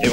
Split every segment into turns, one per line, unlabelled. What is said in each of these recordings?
If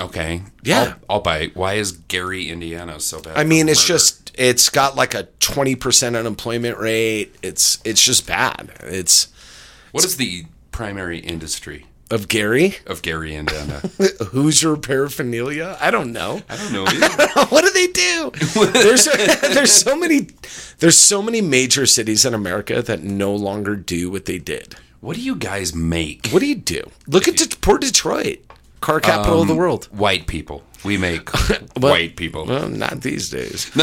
Okay.
Yeah.
I'll, I'll bite. Why is Gary, Indiana so bad?
I
for
mean, it's
murder?
just it's got like a twenty percent unemployment rate. It's it's just bad. It's
What is the primary industry
of Gary.
of Gary, Indiana?
Who's your paraphernalia? I don't know.
I don't know. either.
what do they do? there's there's so many there's so many major cities in America that no longer do what they did.
What do you guys make?
What do you do? Look at Det- poor Detroit, car capital of the
Um,
world.
White people. We make
Well-
white people.
Well, not these days.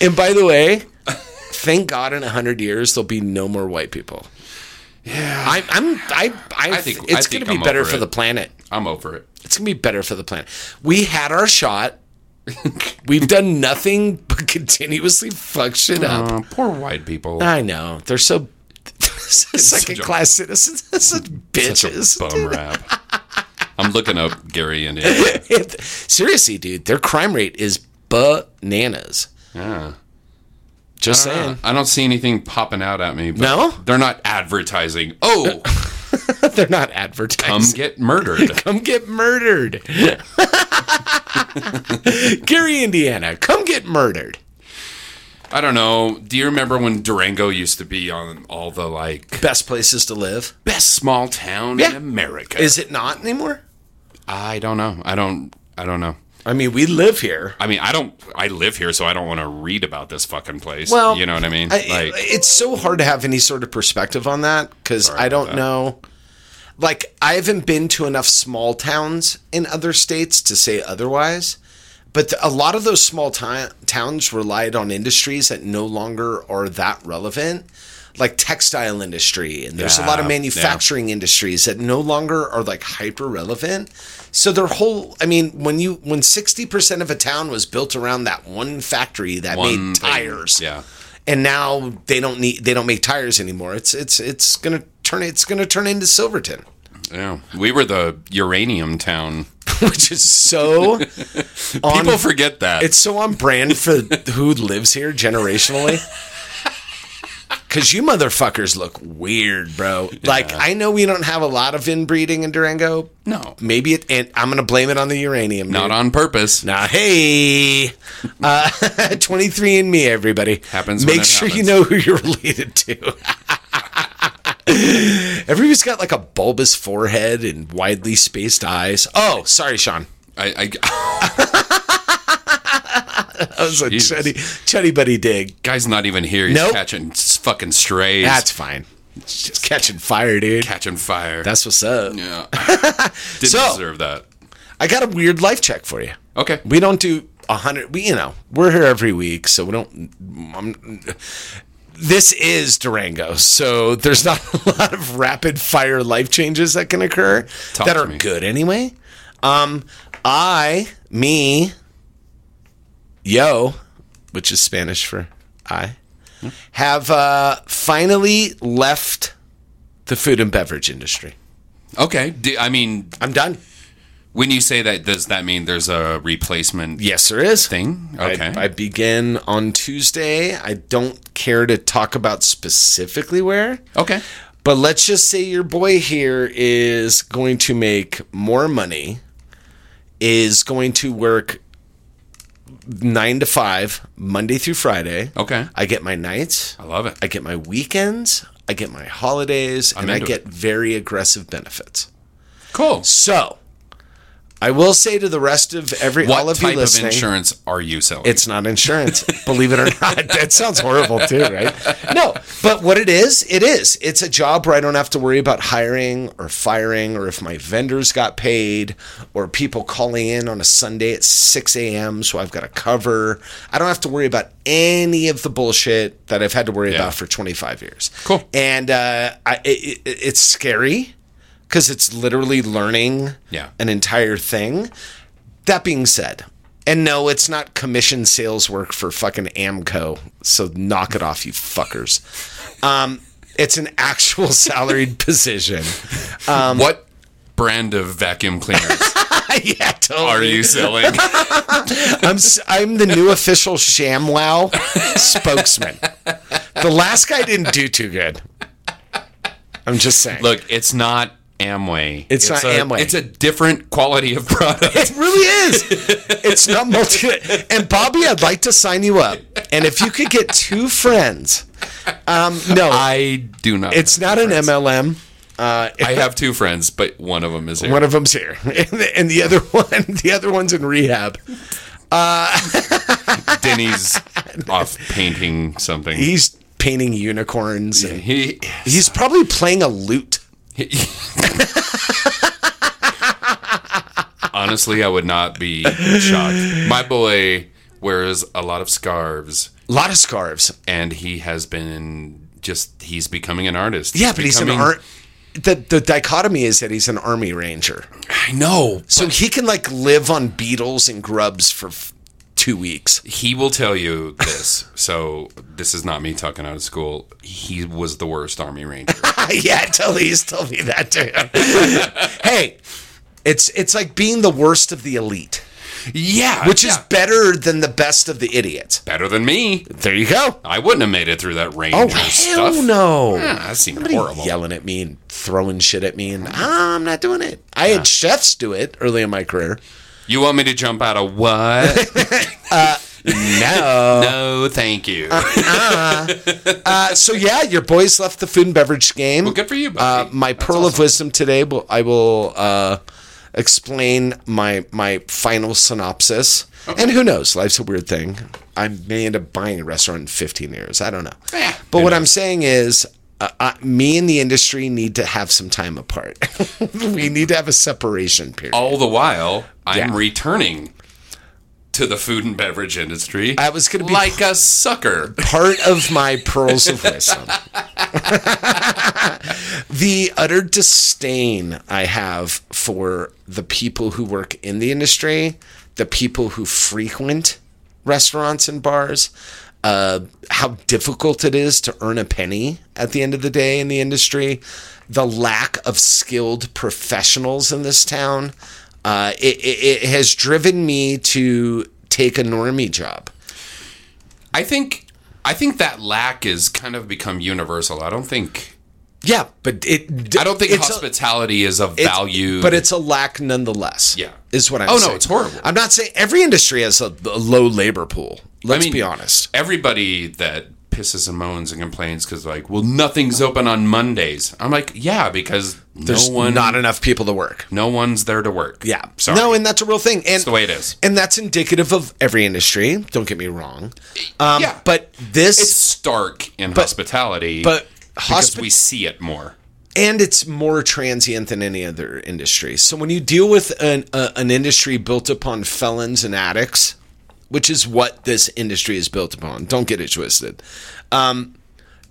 and by the way, thank God in hundred years there'll be no more white people. Yeah, I, I'm. I. I,
I think-
think
I
it's
think
going to
I'm
be better
over
for
it.
the planet.
I'm over it.
It's going to be better for the planet. We had our shot. We've done nothing but continuously fuck shit up.
Uh, poor white people.
I know they're so, second
a-
class citizens. Such
Such
bitches.
a bum rap. I'm looking up Gary, Indiana.
It- seriously, dude, their crime rate is bananas.
Yeah.
Just
I
saying,
don't know. I don't see anything popping out at me. But
No?
They're not advertising. Oh,
they're not
come
advertising.
get murdered.
Come, get murdered, Gary, Indiana. Come get murdered.
I don't know. Do you remember when Durango used to be on all the like
Best places to live.
best small town in
Yeah.
America?
Is it not anymore?
I don't know. I don't. I don't know.
I mean, we live here.
I mean, I don't. I live here, so I don't want to read about this fucking place.
Well,
you know what I mean.
I-
like,
it's so hard to have any sort of perspective on that because
Sorry
I
about
don't
that.
know. Like, I haven't been to enough small towns in other states to say otherwise. But th- a lot of those small ti- towns relied on industries that no longer are that relevant, like textile industry, and there's a lot of
Yeah,
manufacturing industries that no longer are like hyper relevant. So their whole, I mean, when you when sixty percent of a town was built around that one factory that
one
made
thing.
tires,
Yeah.
and now they don't need they don't make tires anymore. It's it's it's gonna turn it's gonna turn into Silverton,
Yeah. We were the uranium town.
which is so on,
People forget that.
it's so on brand for who lives here generationally. Cause you motherfuckers look weird, bro. Like I know we don't have a lot of inbreeding in Durango.
no,
Maybe it, and I'm gonna blame it on the uranium.
not on purpose.
Now, hey, uh, 23 and me, everybody.
Happens when
Make
it
sure
happens.
you know who you're related to. Everybody's got like a bulbous forehead and widely spaced eyes. Oh, sorry, Sean.
I, I
That was a
Jesus.
chuddy, chuddy buddy dig.
guy's not even here. He's
Nope.
catching s- fucking strays.
That's fine. Just catching fire, dude.
catching fire.
That's what's up.
yeah. Didn't
So-
deserve that.
I got a weird life check for you.
Okay.
We don't do a hundred. We you know we're here every week, so we don't. I'm, this is Durango, so there's not a lot of rapid fire life changes that can occur
Talk
that
to
are
me.
good anyway. Um, I me yo, which is Spanish for I, have uh, finally left the food and beverage industry.
Okay. Do, I mean,
I'm done.
when you say that, does that mean there's a replacement
Yes, there is.
thing?
I-
Okay.
I, begin on Tuesday. I don't care to talk about specifically where,
okay.
but let's just say your boy here is going to make more money, is going to work nine to five, Monday through Friday.
Okay.
I get my nights,
I love it.
I get my weekends, I get my holidays, and I
into
get very aggressive benefits.
cool.
So I will say to the rest of every
What
all of
type of
you listening,
insurance are you selling?
it's not insurance. believe it or not, that sounds horrible too, right? No, but what it is, it is. It's a job where I don't have to worry about hiring or firing, or if my vendors got paid, or people calling in on a Sunday at six a.m. So I've got a cover. I don't have to worry about any of the bullshit that I've had to worry
Yeah.
about for twenty-five years.
Cool.
And uh, I, it, it, it's scary because it's literally learning
Yeah.
an entire thing. That being said, and no, it's not commission sales work for fucking Amco. So knock it off, you fuckers. Um, it's an actual salaried position. Um,
what brand of vacuum cleaners
yeah, totally.
are you selling?
I'm s- I'm the new official ShamWow spokesman. The last guy didn't do too good. I'm just saying.
Look, it's not Amway.
It's not
a-
Amway.
It's a different quality of product.
It really is. It's not multi. And Bobby, I'd like to sign you up. And if you could get two friends, um, no,
I do not.
it's
have
not
two
an
friends.
MLM. Uh,
I have two friends, but one of them is here.
one of them's here, and the, and the other one, the other one's in rehab.
Denny's off painting something.
He's painting unicorns. And
he
he's probably playing a lute.
honestly, I would not be shocked. My boy wears a lot of scarves,
A lot of scarves.
and he has been just he's becoming an artist.
Yeah, but he's an
becoming-
art. The the dichotomy is that he's an army ranger,
I know.
so he can like live on beetles and grubs for f- two weeks.
He will tell you this. So this is not me talking out of school. He was the worst army ranger.
yeah, totally. He's told me that too. hey, it's it's like being the worst of the elite,
yeah,
which is
yeah.
better than the best of the idiots.
better than me.
There you go.
I wouldn't have made it through that ranger
Oh hell
stuff.
no!
Yeah, that seemed
Nobody
horrible.
yelling at me and throwing shit at me, and "Ah, I'm not doing it. I had chefs do it early in my career.
You want me to jump out of what?
Uh, No.
no, thank you.
Uh, so yeah, your boys left the food and beverage game.
well, good for you,
Uh,
buddy.
my pearl of wisdom today. Will, I will uh, explain my my final synopsis. And who knows? Life's a weird thing. I may end up buying a restaurant in 15 years. I don't know.
Eh,
but
who
what
knows?
I'm saying is, uh, uh, me and the industry need to have some time apart. we need to have a separation period.
All the while, I'm
Yeah.
returning to the food and beverage industry.
I was gonna be-
like a sucker.
part of my pearls of wisdom. the utter disdain I have for the people who work in the industry, the people who frequent restaurants and bars, uh, how difficult it is to earn a penny at the end of the day in the industry, the lack of skilled professionals in this town. Uh, it, it, it has driven me to take a normie job.
I think. I think that lack is kind of become universal. I don't think.
Yeah, but it.
I don't think
it's a-
hospitality is of
it's-
value.
but it's a lack nonetheless.
Yeah.
is what I'm.
Oh, no,
saying.
it's horrible.
I'm not saying every industry has a, a low labor pool. Let's be honest.
Everybody that pisses and moans and complains because like, well, nothing's open on Mondays. I'm like, yeah, because
There's
no one,
not enough people to work.
no one's there to work.
Yeah,
sorry.
No, and that's a real thing. And
the way it is.
And that's indicative of every industry. Don't get me wrong. Um,
Yeah.
but this
it's stark in hospitality,
but
because
hospi-
we see it more.
and it's more transient than any other industry. So when you deal with an a, an industry built upon felons and addicts, which is what this industry is built upon, don't get it twisted. Um,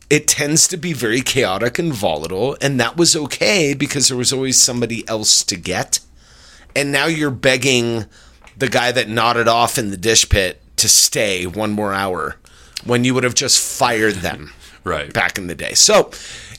it tends to be very chaotic and volatile, and that was okay because there was always somebody else to get. And now you're begging the guy that nodded off in the dish pit to stay one more hour when you would have just fired them
Right.
back in the day. So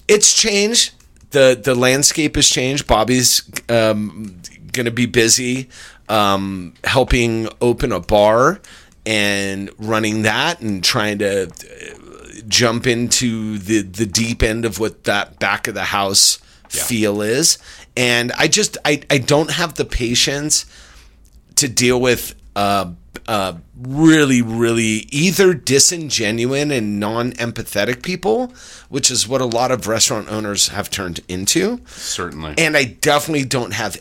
it's changed. the The landscape has changed. Bobby's um, going to be busy um, helping open a bar and running that, and trying to uh, jump into the the deep end of what that back of the house feel is. And I just I, I don't have the patience to deal with uh, uh, really, really either disingenuine and non empathetic people, which is what a lot of restaurant owners have turned into.
Certainly.
And I definitely don't have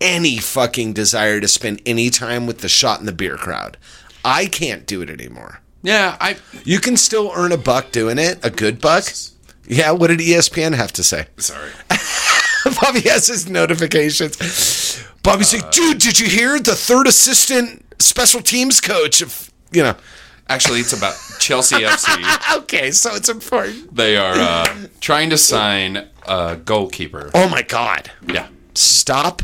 any fucking desire to spend any time with the shot in the beer crowd. I can't do it anymore.
Yeah, I
You can still earn a buck doing it, a good buck. Yeah, what did E ESPN have to say?
sorry.
Bobby has his notifications. Bobby's like, dude, did you hear the third assistant special teams coach of, you know,
Actually, it's about Chelsea FC.
okay, so it's important.
They are uh, trying to sign a goalkeeper.
Oh my God.
Yeah.
Stop.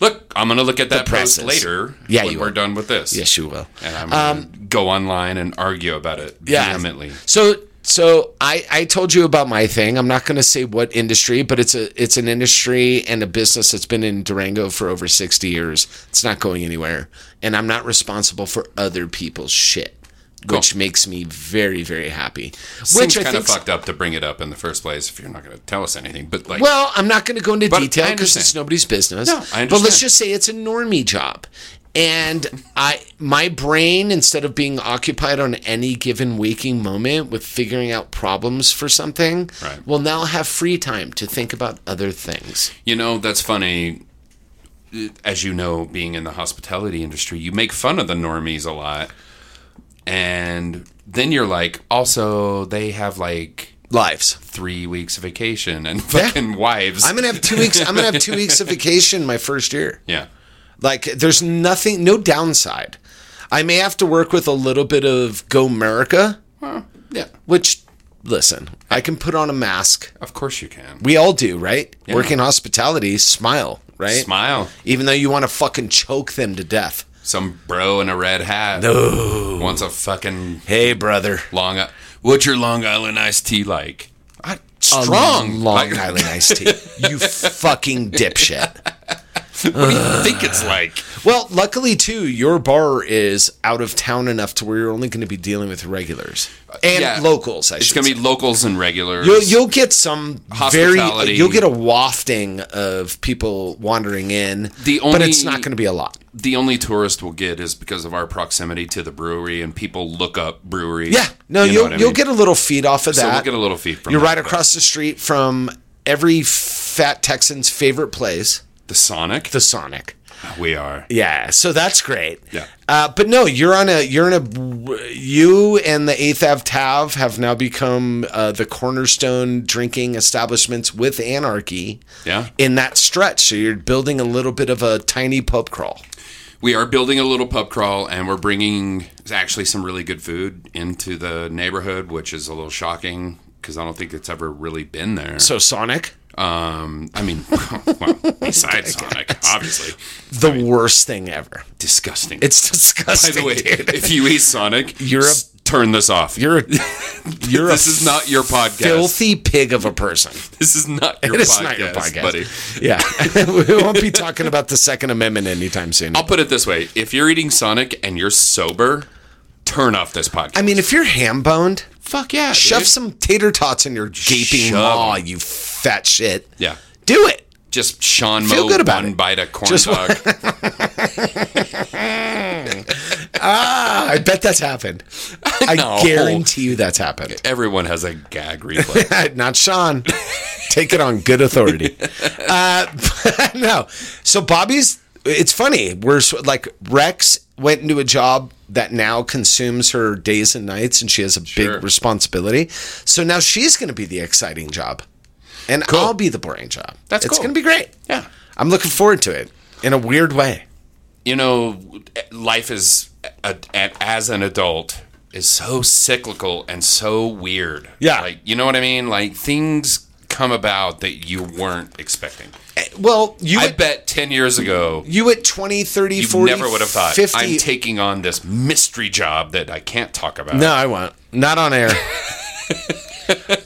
Look, I'm gonna look at that post
presses.
later.
Yeah,
when
you
we're
will.
done with this.
Yes, you will.
and I'm gonna go online and argue about it
Yeah.
vehemently.
So so I, I told you about my thing. I'm not going to say what industry, but it's a it's an industry and a business that's been in Durango for over 60 years. It's not going anywhere, and I'm not responsible for other people's shit, which
Cool.
makes me very very happy.
Which
which I
kind of
think
fucked up to bring it up in the first place if you're not going to tell us anything. But like,
Well, I'm not going to go into
But
detail
I
because
understand.
it's nobody's business.
No, I
But let's
understand.
just say it's a normie job. And I my brain instead of being occupied on any given waking moment with figuring out problems for something
Right.
will now have free time to think about other things.
you know, that's funny. As you know, being in the hospitality industry, you make fun of the normies a lot, and then you're like, also they have like
Lives.
three weeks of vacation and fucking wives.
I'm going to have 2 weeks I'm going to have 2 weeks of vacation my first year.
yeah.
Like there's nothing, no downside. I may have to work with a little bit of Go America.
Yeah.
Which, listen, I can put on a mask.
Of course you can.
We all do, right? Work in hospitality, smile, right?
Smile.
Even though you want to fucking choke them to death.
Some bro in a red hat. No. Wants a fucking
Hey, brother.
Long I- What's your Long Island iced tea like? I, strong.
Long
Like,
Island iced tea. You fucking dipshit.
what do you think it's like?
Well, luckily too, your bar is out of town enough to where you're only going to be dealing with regulars and
Yeah.
locals. I
It's
should
gonna
say.
be locals and regulars.
You'll, you'll get some very.
Hospitality.
You'll get a wafting of people wandering in.
The
but
only-
it's not going to be a lot.
the only tourist we'll get is because of our proximity to the brewery, and people look up breweries.
Yeah, no,
You know
you will
what I
you'll
mean?
get a little feed off of
So
that.
we'll get a little feed from
You're
that,
right
but
across the street from every fat Texan's favorite place,
the Sonic.
the Sonic.
we are.
Yeah, so that's great.
Yeah.
Uh, but no, you're on a you're in a you and the Eighth Ave Tav have now become uh, the cornerstone drinking establishments with anarchy.
Yeah.
In that stretch, so you're building a little bit of a tiny pub crawl.
We are building a little pub crawl, and we're bringing actually some really good food into the neighborhood, which is a little shocking because I don't think it's ever really been there.
So Sonic,
Um, I mean, well, besides Sonic, obviously,
the worst thing ever.
disgusting.
It's
by
disgusting.
the way,
dude.
if you eat Sonic,
You're a-
s- turn this off.
You're a you're
this
a
is not your podcast.
filthy pig of a person.
This is not your,
It is
podcast,
not your podcast.
buddy.
Yeah, we won't be talking about the Second Amendment anytime soon.
I'll put it this way: if you're eating Sonic and you're sober, turn off this podcast.
I mean, if you're ham boned, fuck yeah, shove
dude.
some tater tots in your gaping
Shove
maw,
'em.
you fat shit.
yeah,
do it.
just Sean
Feel
Mo
good about
one
it.
bite of corn
Just-
dog.
Ah, I bet that's happened. I
No.
guarantee you that's happened.
Everyone has a gag reflex.
Not Sean. Take it on good authority. Uh, no, so Bobby's. It's funny. We're s- like Rex went into a job that now consumes her days and nights, and she has a
Sure.
big responsibility. So now she's going to be the exciting job, and I'll be the boring job.
That's
it's
cool.
going to be great.
yeah,
I'm looking forward to it in a weird way.
you know, life is a, a, as an adult is so cyclical and so weird.
Yeah.
like you know what I mean. Like things come about that you weren't expecting.
Well, you
I
at,
bet ten years ago
you at 20, 30,
you
40,
never would have thought
50.
I'm taking on this mystery job that I can't talk about.
No, I won't. Not on air.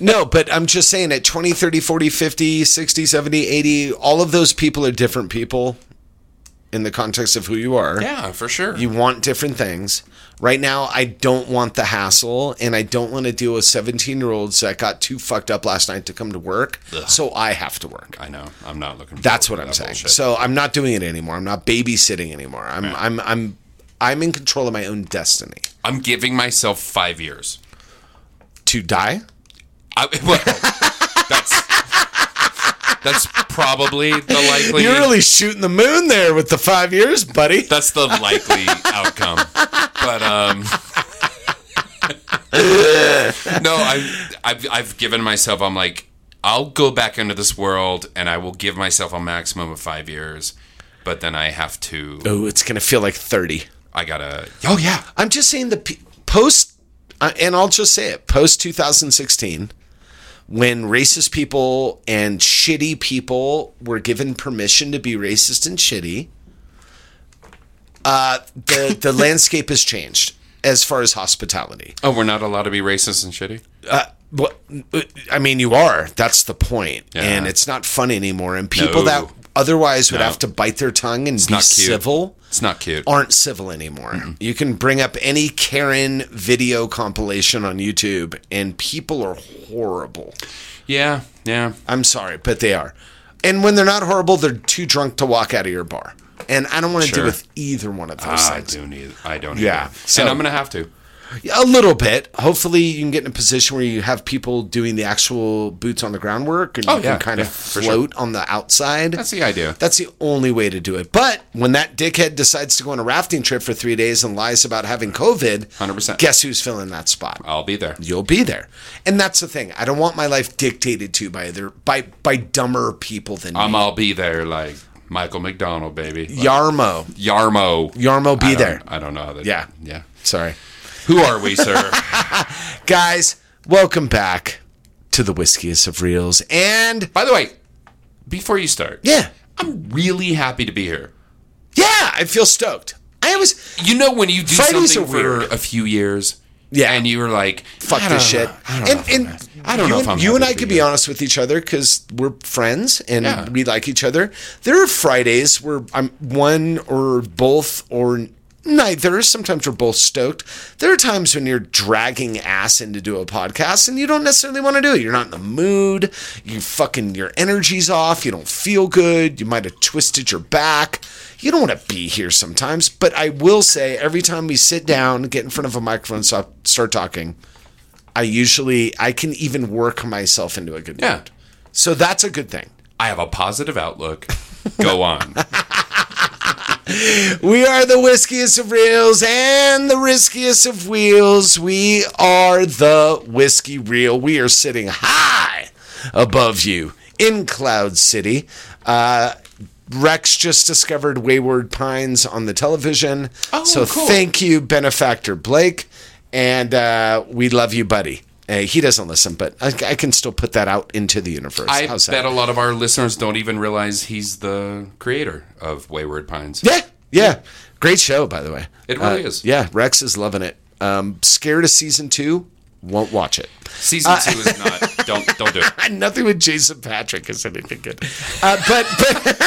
no, but I'm just saying at 20, 30, 40, 50, 60, 70, 80, all of those people are different people in the context of who you are.
Yeah, for sure.
You want different things. Right now, I don't want the hassle and I don't want to deal with 17 year olds that got too fucked up last night to come to work. So I have to work.
I know. I'm not looking.
That's what
forward to
I'm
that
saying.
bullshit.
So I'm not doing it anymore. I'm not babysitting anymore. I'm I'm I'm I'm in control of my own destiny.
I'm giving myself five years.
To die?
I, well, that's That's probably the likely.
You're really shooting the moon there with the five years, buddy.
that's the likely outcome. But um, no, I, I've I've given myself. I'm like, I'll go back into this world, and I will give myself a maximum of five years. But then I have to.
Oh, it's gonna feel like thirty.
I gotta. Oh yeah.
I'm just saying the pe- post, uh, and I'll just say it post 2016, when racist people and shitty people were given permission to be racist and shitty, uh, the the landscape has changed as far as hospitality.
Oh, we're not allowed to be racist and shitty.
Well, Uh, I mean, you are. That's the point.
Yeah.
and it's not fun anymore. And
No.
people that otherwise would
No.
have to bite their tongue and be
not cute.
civil
It's not cute.
aren't civil anymore. You can bring up any Karen video compilation on YouTube, and people are horrible.
Yeah, yeah.
I'm sorry, but they are. And when they're not horrible, they're too drunk to walk out of your bar. And I don't want to
Sure.
deal with either one of those
Ah, I
things.
do need. I don't.
Yeah,
Either.
so-
and I'm gonna have to.
A little bit. Hopefully, you can get in a position where you have people doing the actual boots on the ground work, and
Oh,
you
yeah,
can kind
yeah,
of
for
float on the outside.
That's the idea.
That's the only way to do it. But when that dickhead decides to go on a rafting trip for three days and lies about having COVID,
100%.
guess who's filling that spot?
I'll be there.
You'll be there. And that's the thing. I don't want my life dictated to by other by by dumber people than
I'm.
me.
Um, I'll be there. Like Michael McDonald, baby. Like,
Yarmo.
Yarmo.
Yarmo, be
I don't-
there.
I don't know how that.
Yeah.
yeah.
Sorry.
Who are we, sir?
Guys, welcome back to the Whiskiest of Reels. And
By the way, before you start,
yeah.
I'm really happy to be here.
Yeah, I feel stoked. I was
You know when you do
Fridays
something
are
for
weird.
a few years,
Yeah.
and you were like,
fuck
I
this
don't know.
shit.
I don't know if I'm
and
happy.
and
I don't
you
know if
and-
I'm
you and
happy
I
to
could
be
be
here.
honest with each other because we're friends and
Yeah.
we like each other. There are Fridays where I'm one or both or neither. Sometimes we're both stoked. There are times when you're dragging ass in to do a podcast and you don't necessarily want to do it. You're not in the mood. You fucking your energy's off. You don't feel good. You might have twisted your back. You don't want to be here sometimes, but I will say every time we sit down, get in front of a microphone, stop, start talking, I usually I can even work myself into a good
Yeah.
mood. So that's a good thing.
I have a positive outlook. Go on.
We are the whiskiest of reels and the riskiest of wheels. We are the whiskey reel. We are sitting high above you in Cloud City. Uh, Rex just discovered Wayward Pines on the television.
Oh,
so
cool.
thank you, benefactor Blake, and uh, we love you, buddy. Uh, he doesn't listen, but I, I can still put that out into the universe.
I
How's
bet
that?
a lot of our listeners don't even realize he's the creator of Wayward Pines.
Yeah, yeah. Great show, by the way.
It really
Uh,
is.
Yeah, Rex is loving it. Um, scared of season two, won't watch it.
Season
Uh,
two is not. Don't don't do it.
And nothing with Jason Patrick is anything good. Uh, but but,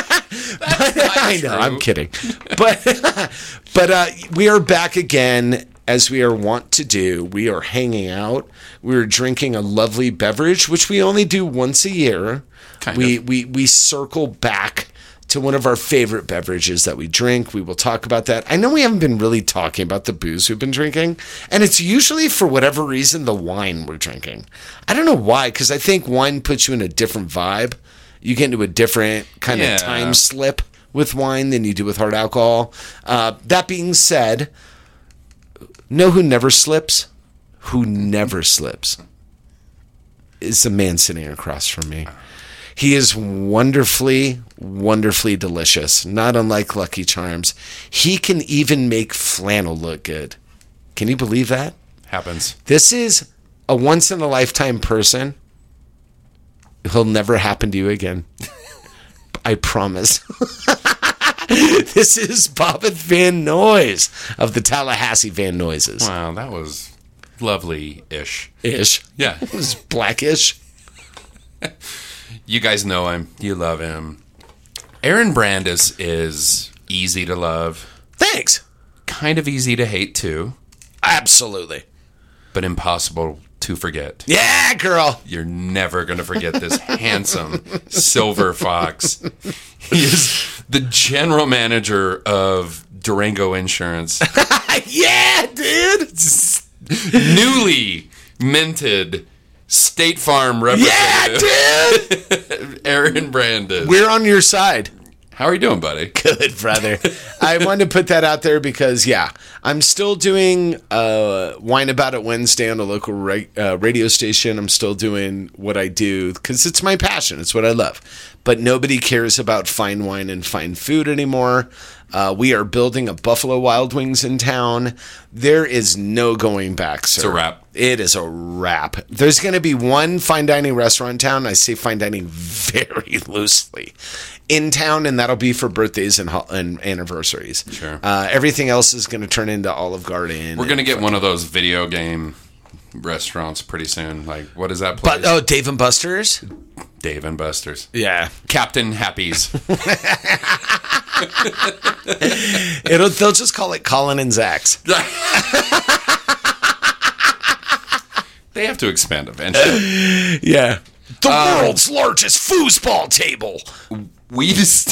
but I know I'm kidding. But but uh, we are back again as we are wont to do. We are hanging out. We are drinking a lovely beverage, which we only do once a year.
Kind
we
of.
we we circle back. To one of our favorite beverages that we drink. We will talk about that. I know we haven't been really talking about the booze we've been drinking, and it's usually for whatever reason the wine we're drinking. I don't know why, because I think wine puts you in a different vibe. You get into a different kind
Yeah.
of time slip with wine than you do with hard alcohol. Uh, that being said, know who never slips? Who never slips is the man sitting across from me. He is wonderfully, wonderfully delicious, not unlike Lucky Charms. He can even make flannel look good. Can you believe that?
Happens.
This is a once in a lifetime person. He'll never happen to you again. I promise. this is Bobbit Van Noise of the Tallahassee Van Noises.
Wow, that was lovely ish.
Ish.
Yeah.
It was blackish.
You guys know him. You love him. Aaron Brandis is easy to love,
Thanks.
kind of easy to hate too,
Absolutely.
but impossible to forget.
Yeah, girl.
You're never going to forget this handsome silver fox. He is the general manager of Durango Insurance,
Yeah, dude.
newly minted State Farm
Yeah,
representative
dude.
Aaron Brandon.
We're on your side.
How are you doing, buddy?
Good, brother. I wanted to put that out there because, yeah, I'm still doing uh, Wine About It Wednesday on a local ra- uh, radio station. I'm still doing what I do because it's my passion. It's what I love. But nobody cares about fine wine and fine food anymore. Uh, we are building a Buffalo Wild Wings in town. There is no going back, sir.
a wrap.
It is a wrap. There's going to be one fine dining restaurant in town. I say fine dining very loosely in town, and that'll be for birthdays and, ho- and anniversaries.
Sure.
Uh, everything else is going to turn into Olive Garden.
We're gonna get one of those video game restaurants pretty soon. Like, what is that place?
But oh, Dave and Buster's.
Dave and Buster's,
Yeah,
Captain Happy's.
it'll they'll just call it Colin and Zach's.
they have to expand eventually.
Yeah, Um, the world's largest foosball table.
We just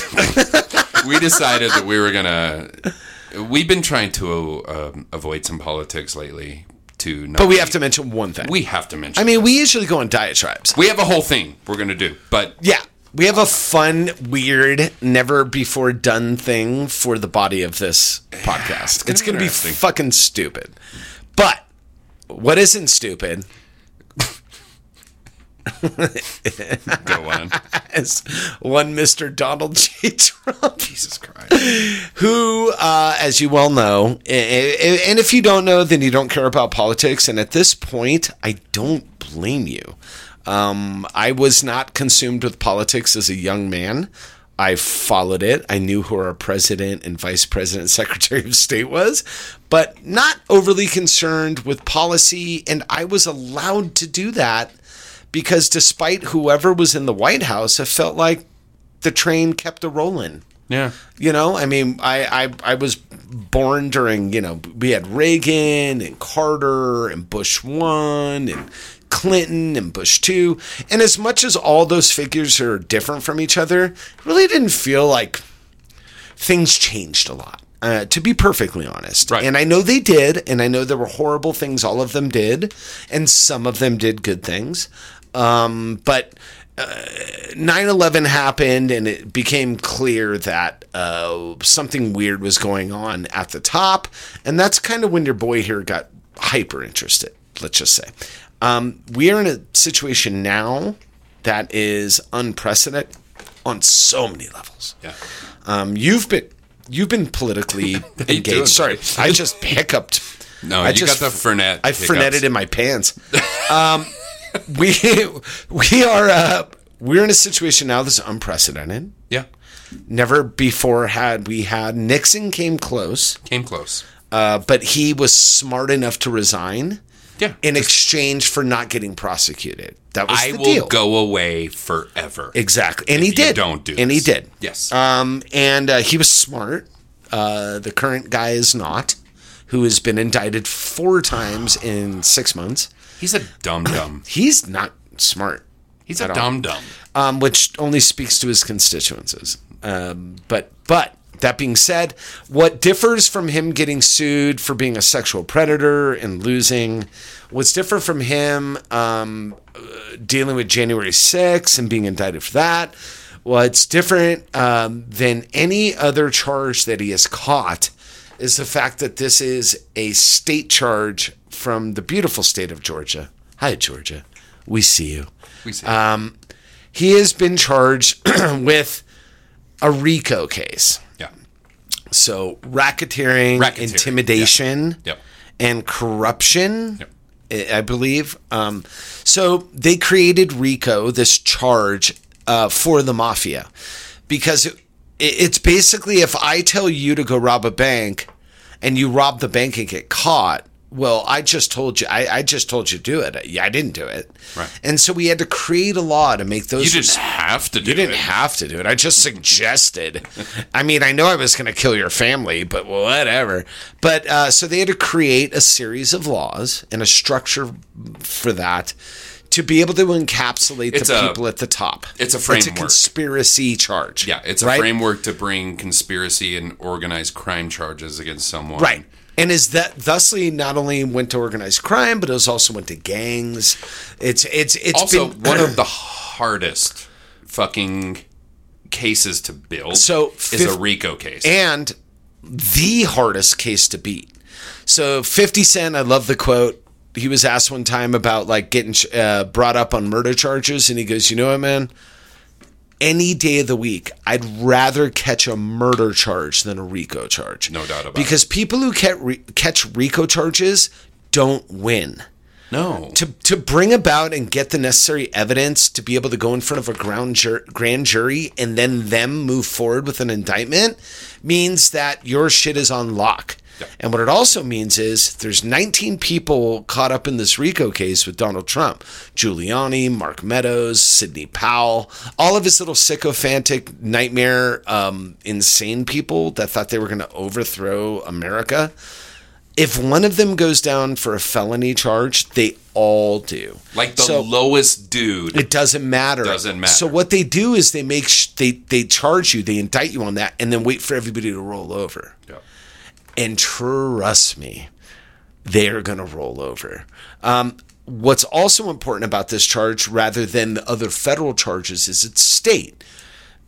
we decided that we were gonna. We've been trying to um, avoid some politics lately. To not
But we have to mention one thing.
We have to mention.
I mean, we usually go on diatribes.
we have a whole thing we're gonna do, but
Yeah. We have a fun, weird, never before done thing for the body of this podcast.
gonna
It's
be
going to be
interesting.
fucking stupid. But what isn't stupid
go on.
is one Mr. Donald J. Trump.
Jesus Christ.
who, uh, as you well know, a- a- a- and if you don't know, then you don't care about politics. And at this point, I don't blame you. Um, I was not consumed with politics as a young man. I followed it. I knew who our president and vice president, and secretary of state was, but not overly concerned with policy. And I was allowed to do that because despite whoever was in the White House, I felt like the train kept a rolling.
Yeah.
You know, I mean, I, I I was born during you know we had Reagan and Carter and Bush one and Clinton and Bush two, and as much as all those figures are different from each other, it really didn't feel like things changed a lot. Uh, to be perfectly honest,
Right.
and I know they did, and I know there were horrible things all of them did, and some of them did good things, um, but 9-11 happened and it became clear that uh, something weird was going on at the top and that's kind of when your boy here got hyper interested let's just say um, we are in a situation now that is unprecedented on so many levels
Yeah.
um, you've been you've been politically
you
engaged
doing,
sorry
buddy?
i just hiccuped
No,
I
you
just-
got the Fernet.
I
hiccups.
fernetted in my pants. Um, we we are uh, we're in a situation now that's unprecedented.
Yeah.
Never before had we had Nixon came close,
Came close.
uh, but he was smart enough to resign
Yeah.
in exchange for not getting prosecuted. That was
I
the
will
deal.
go away forever.
Exactly, and he
you
did.
don't do
and he
this.
did.
Yes.
Um, and uh, he was smart. Uh, the current guy is not, who has been indicted four times in six months.
He's a dum dum.
He's not smart.
He's a
all.
dum dum.
um, which only speaks to his constituencies. Um, but but that being said, what differs from him getting sued for being a sexual predator and losing, what's different from him um, uh, dealing with January 6th and being indicted for that, what's different um, than any other charge that he has caught is the fact that this is a state charge from the beautiful state of Georgia. Hi, Georgia. We see you
We see.
he has been charged with a RICO case.
yeah.
So racketeering,
Racketeering,
intimidation,
Yep.
and corruption.
Yep.
I I believe. Um, so they created RICO, this charge uh, for the mafia, because it, it's basically if I tell you to go rob a bank, and you rob the bank and get caught. Well, I just told you. I, I just told you to do it. I, I didn't do it.
Right.
And so we had to create a law to make those.
You didn't
res-
have to do
you didn't
it.
have to do it. I just suggested. I mean, I know I was going to kill your family, but whatever. But uh, so they had to create a series of laws and a structure for that to be able to encapsulate
It's
the
a-
people at the top.
it's a
It's a
framework.
conspiracy charge.
Yeah, it's a
right?
framework to bring conspiracy and organized crime charges against someone.
Right. And is that thusly not only went to organized crime, but it was also went to gangs. It's it's it's
also
been,
one of the hardest fucking cases to build
So,
is a
fif-
rico case
and the hardest case to beat. So 50 Cent, I love the quote. He was asked one time about like getting uh, brought up on murder charges, and he goes, "You know what, man? Any day of the week, I'd rather catch a murder charge than a RICO charge.
No doubt about
because people who ca- re- catch RICO charges don't win."
no
to to bring about and get the necessary evidence to be able to go in front of a ground jur- grand jury and then them move forward with an indictment means that your shit is on lock. And what it also means is there's 19 people caught up in this RICO case with Donald Trump, Giuliani, Mark Meadows, Sidney Powell, all of his little sycophantic nightmare, um, insane people that thought they were going to overthrow America if one of them goes down for a felony charge, they all do.
like the
so-
lowest dude
It doesn't matter.
Doesn't matter.
So what they do is they make sh- they they charge you, they indict you on that, and then wait for everybody to roll over.
Yep.
And trust me, they are going to roll over. Um, what's also important about this charge, rather than the other federal charges, is it's state.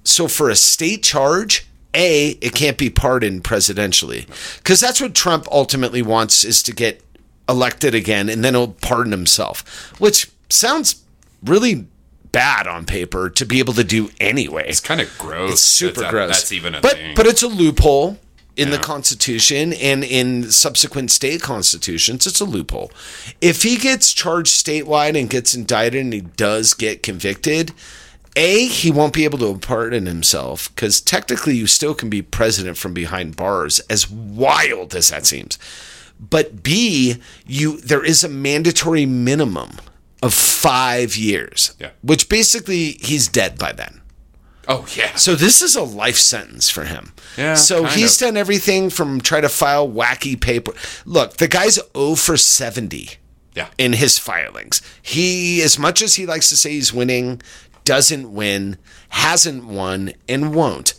So for a state charge, a it can't be pardoned presidentially because that's what Trump ultimately wants is to get elected again and then he'll pardon himself, which sounds really bad on paper to be able to do anyway.
it's kind of gross
It's super
that-
gross.
that's even a
but,
thing
But it's a loophole in the
Yeah.
Constitution and in subsequent state constitutions. It's a loophole. If he gets charged statewide and gets indicted and he does get convicted, A, he won't be able to pardon himself because technically you still can be president from behind bars, as wild as that seems. But B, you there is a mandatory minimum of five years,
Yeah.
which basically he's dead by then.
oh yeah
So this is a life sentence for him.
Yeah,
So
kind
he's
of.
done everything from try to file wacky paper. Look, the guy's 0 for 70
yeah
in his filings. He as much as he likes to say he's winning, doesn't win, hasn't won, and won't.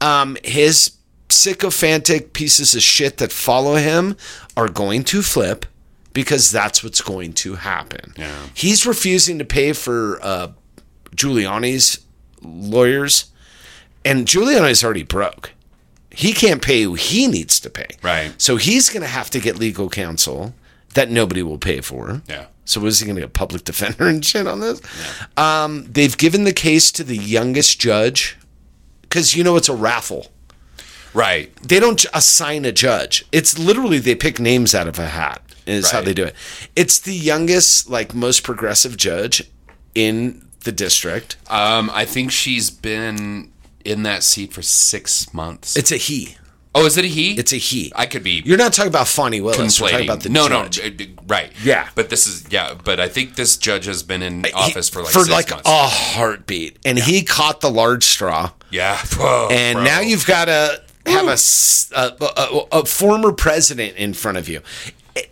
Um, his sycophantic pieces of shit that follow him are going to flip because that's what's going to happen.
Yeah.
He's refusing to pay for uh, Giuliani's lawyers, and Giuliani's already broke. He can't pay who he needs to pay.
Right.
So he's going to have to get legal counsel that nobody will pay for.
yeah
So is he going to get a public defender and shit on this? Um, they've given the case to the youngest judge because you know it's a raffle.
right
They don't j- assign a judge. It's literally they pick names out of a hat. Is how
Right.
they do it. It's the youngest, like most progressive judge in the district.
um i think she's been in that seat for six months
It's a he.
oh is it a he
It's a he.
i could be
You're not talking about Fonnie Willis. We're
conflating.
talking about the
no,
judge.
no, uh, uh, right.
Yeah.
but this is yeah. But I think this judge has been in office for like
for
six
like
months.
a heartbeat, and he caught the large straw.
yeah, Whoa,
and
bro.
now you've got to have a, s- a- a- a former president in front of you.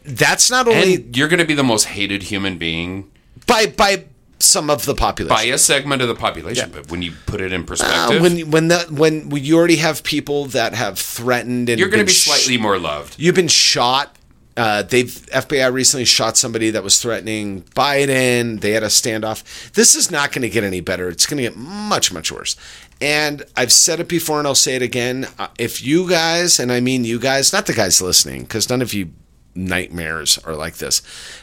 That's not only
and you're going to be the most hated human being
by by some of the population.
by a segment of the population. But when you put it in
Uh,
perspective,
when when that when you already have people that have threatened and
you're going to
been
be
sh-
slightly more loved.
You've been shot. Uh, they've FBI recently shot somebody that was threatening Biden. They had a standoff. This is not going to get any better. It's going to get much much worse. And I've said it before, and I'll say it again. Uh, if you guys, and I mean you guys, not the guys listening, because none of you nightmares are like this,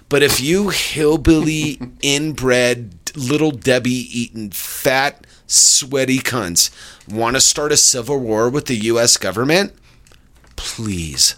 but if you hillbilly inbred little Debbie eating fat sweaty cunts want to start a civil war with the U.S. government, please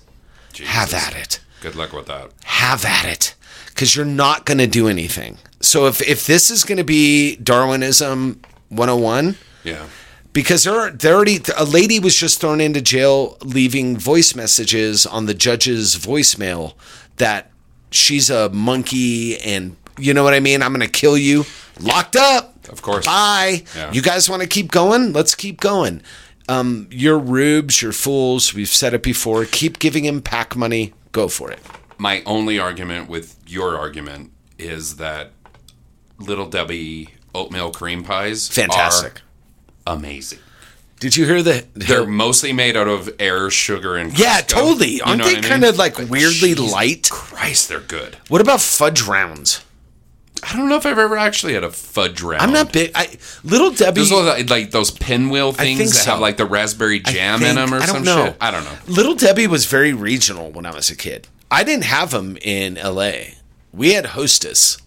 have at it.
Good luck with that.
Have at it. Because you're not going to do anything. So if, if this is going to be Darwinism 101,
Yeah,
because there are, there already a lady was just thrown into jail leaving voice messages on the judge's voicemail that she's a monkey and you know what I mean. I'm going to kill you. Locked up.
Of course.
Bye.
Yeah.
You guys want to keep going? Let's keep going. Um, your rubes, your fools. We've said it before. Keep giving him pack money. Go for it.
my only argument with your argument is that little Debbie oatmeal cream pies
Fantastic.
are amazing.
Did you hear the?
They're mostly made out of air, sugar, and
yeah,
Crisco.
totally.
You
Aren't
know
they
what I mean?
kind of like
But
weirdly
Jesus
light?
Christ, they're good.
What about fudge rounds?
I don't know if I've ever actually had a fudge round.
I'm not big. I Little Debbie.
Those are like those pinwheel things
think
that
so.
have like the raspberry
I
jam in
think-
them or
I don't
some
know.
shit. I don't know.
Little Debbie was very regional when I was a kid. I didn't have them in L.A. We had Hostess.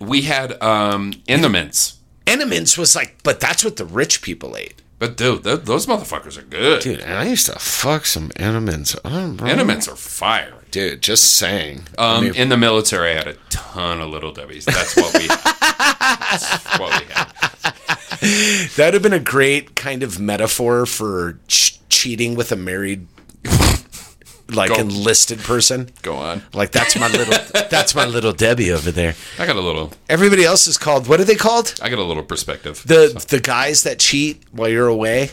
We had um Enements.
Enemans was like, but that's what the rich people ate.
But dude, th- those motherfuckers are good.
Dude, and I used to fuck some Enemans.
Enements are fire.
Dude, just saying.
Um, in the military, I had a ton of little Debbie's. That's what we. That's what we had.
That would have been a great kind of metaphor for ch- cheating with a married, like
Go.
enlisted person.
Go on.
Like that's my little, that's my little Debbie over there.
I got a little.
Everybody else is called. What are they called?
I got a little perspective.
The the guys that cheat while you're away.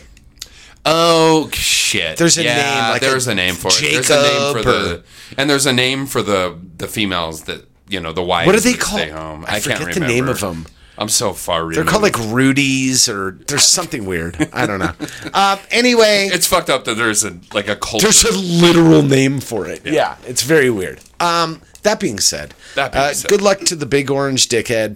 oh shit!
There's a
Yeah,
name, like
there's
a
a, name for it. There's a name for
Jacob
the. And there's a name for the the females that you know the wives.
What are they
that stay
called?
Home.
I
I, can't
forget
remember
the name of 'em.
I'm so far removed.
They're called like Rudies or there's something weird. I don't know. Um, anyway,
It's fucked up that there's a like a culture.
There's a literal name for it. Yeah, it's very weird. Um, that being said,
That being
uh,
said.
good luck to the big orange dickhead.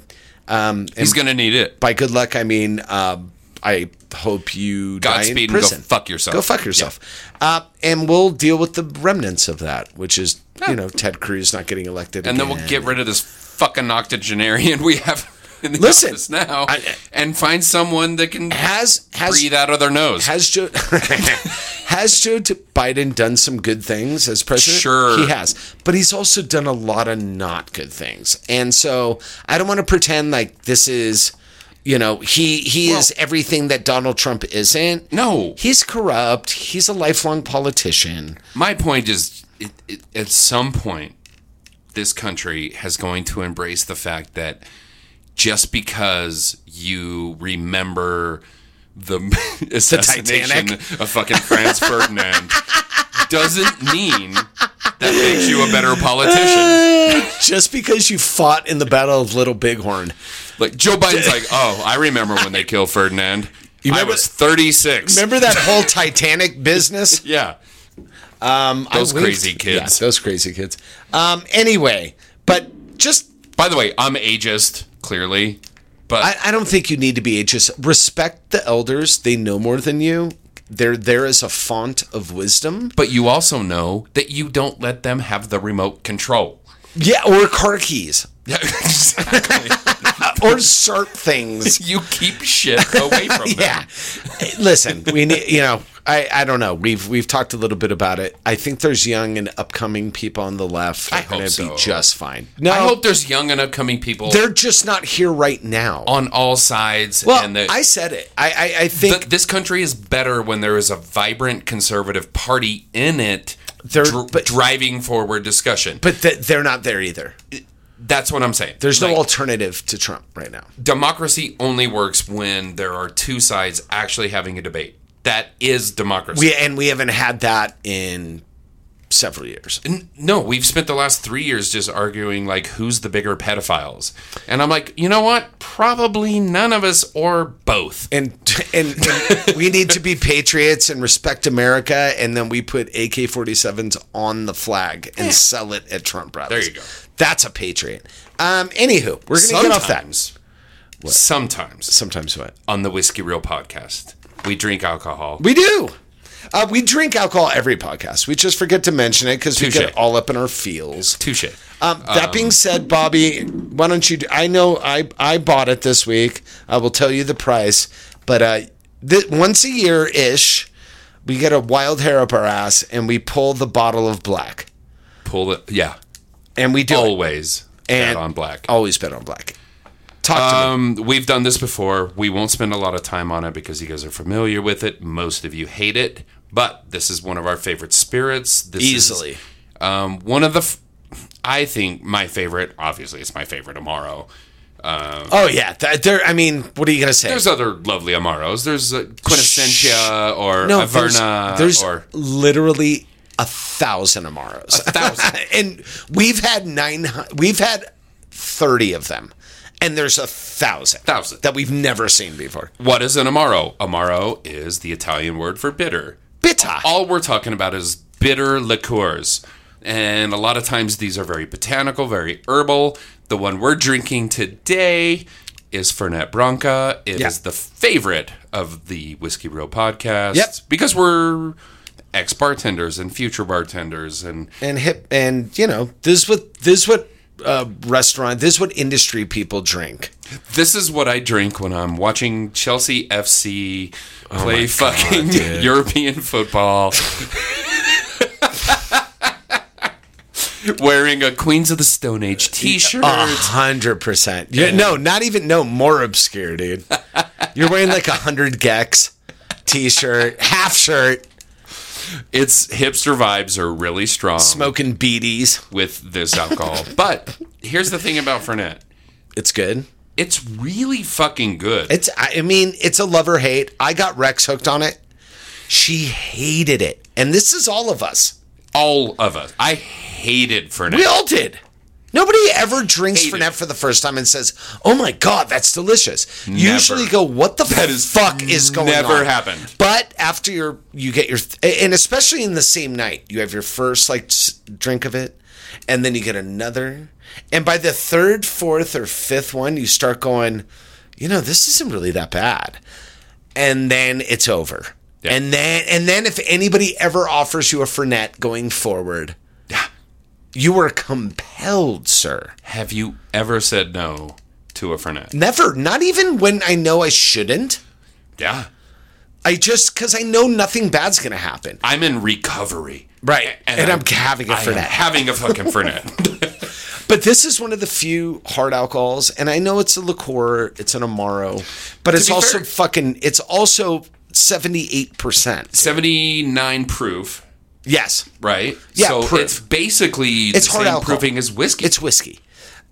Um, and
He's gonna need it.
by good luck, I mean um, I hope you die in
Godspeed and go
prison.
fuck yourself.
Go fuck yourself. Uh, and we'll deal with the remnants of that, which is you know Ted Cruz not getting elected,
and then we'll
again.
get rid of this fucking octogenarian we have in the
Listen,
office now,
I-
and find someone that can
has has
breathe out of their nose.
Has Joe has Joe T- Biden done some good things as president?
Sure.
he has, but he's also done a lot of not good things, and so I don't want to pretend like this is. You know, he he is everything that Donald Trump isn't.
No.
he's corrupt. He's a lifelong politician.
My point is, it, it, at some point, this country has going to embrace the fact that just because you remember the assassination of fucking Franz Ferdinand doesn't mean that makes you a better politician.
Just because you fought in the Battle of Little Bighorn,
Like Joe Biden's like, oh, I remember when they killed Ferdinand. I
remember-
was 36.
remember that whole Titanic business?
Yeah.
Um, I
Those
winked.
crazy kids.
Yeah, those crazy kids. Um, anyway, but just
By the way, I'm ageist, clearly. But
I, I don't think you need to be ageist. Respect the elders; they know more than you. They're there as a font of wisdom.
but you also know that you don't let them have the remote control.
Yeah, or car keys,
exactly.
or sharp things.
you keep shit away from them.
Yeah, listen, we need. You know, I I don't know. We've we've talked a little bit about it. I think there's young and upcoming people on the left.
I
that are gonna
hope so.
be just fine. No,
I hope there's young and upcoming people
they're just not here right now.
on all sides.
well,
and the,
I said it. I I,
the,
I think
this country is better when there is a vibrant conservative party in it
There-
dr-
but-
driving forward discussion.
but th- they're not there either.
That's what I'm saying.
There's no
Like,
alternative to Trump right now.
democracy only works when there are two sides actually having a debate. That is democracy.
We and we haven't had that in several years.
N- no, we've spent the last three years just arguing like who's the bigger pedophiles, and I'm like, you know what? Probably none of us or both.
And and, and we need to be patriots and respect America. And then we put AK-47s on the flag and sell it at Trump rallies.
Eh. There you go.
That's a patriot. Um. Anywho, we're gonna get off that.
Sometimes. Sometimes
Sometimes what
on the Whiskey Reel podcast, we drink alcohol.
we do. Uh, we drink alcohol every podcast. We just forget to mention it because we
Touche.
get all up in our feels.
Touche.
Um, that being said, Bobby, why don't you? Do, I know I I bought it this week. I will tell you the price, but uh, th- once a year ish, we get a wild hair up our ass and we pull the bottle of black,
Pull it. Yeah.
and we do it.
Always.
And-
And on black.
always bet on black. Talk to me.
Um, we've done this before. We won't spend a lot of time on it because you guys are familiar with it. Most of you hate it, but this is one of our favorite spirits. This is,
Easily.
um, one of the, f- I think my favorite. Obviously, it's my favorite Amaro.
Oh yeah, th- there. I mean, what are you gonna say?
There's other lovely Amaros. There's uh, Quintessentia or
no,
Averna
there's, there's
or
literally a thousand Amaros.
thousand.
and we've had nine. hun- We've had thirty of them, and there's a thousand,
Thousand.
that we've never seen before.
What is an amaro? Amaro is the Italian word for bitter.
Bitter.
All we're talking about is bitter liqueurs. And a lot of times these are very botanical, very herbal. The one we're drinking today is Fernet Branca. It is
Yeah.
the favorite of the Whiskey Real podcast.
Yep.
Because we're ex bartenders and future bartenders and
and hip and you know this is what this is what uh, restaurant this is what industry people drink.
This is what I drink when I'm watching Chelsea FC
Oh
play fucking European football. Wearing a Queens of the Stone
Uh,
Age t shirt.
A hundred percent. Yeah, No, not even no more obscure, dude. You're wearing like a hundred gex t-shirt, half shirt,
Its hipster vibes are really strong
smoking beaties.
with this alcohol. but here's the thing about Fernet
It's good.
it's really fucking good.
It's I I mean it's a love or hate. I got Rex hooked on it. She hated it, and this is all of us.
All of us. I hated Fernet.
We all did. Nobody ever drinks
Hated.
Fernet for the first time and says, "Oh my god, that's delicious." Usually go, "What the
is
fuck is going on?"
never happened.
But after your you get your th- and especially in the same night, you have your first like s- drink of it and then you get another and by the third, fourth or fifth one, you start going, "You know, this isn't really that bad." And then it's over.
Yeah.
And then and then if anybody ever offers you a Fernet going forward, you were compelled, sir.
Have you ever said no to a Fernet?
Never, not even when I know I shouldn't.
Yeah.
I just because I know nothing bad's gonna happen.
I'm in recovery.
Right. And, I'm, having it
I
for
am
that.
Having a fucking Fernet.
but this is one of the few hard alcohols, and I know it's a liqueur, it's an amaro, but it's
be
also
fair-
fucking it's also seventy eight percent.
79 proof,
Yes.
right?
Yeah,
So
proof.
it's basically
It's
the
hard
same
alcohol.
proofing as whiskey.
It's whiskey.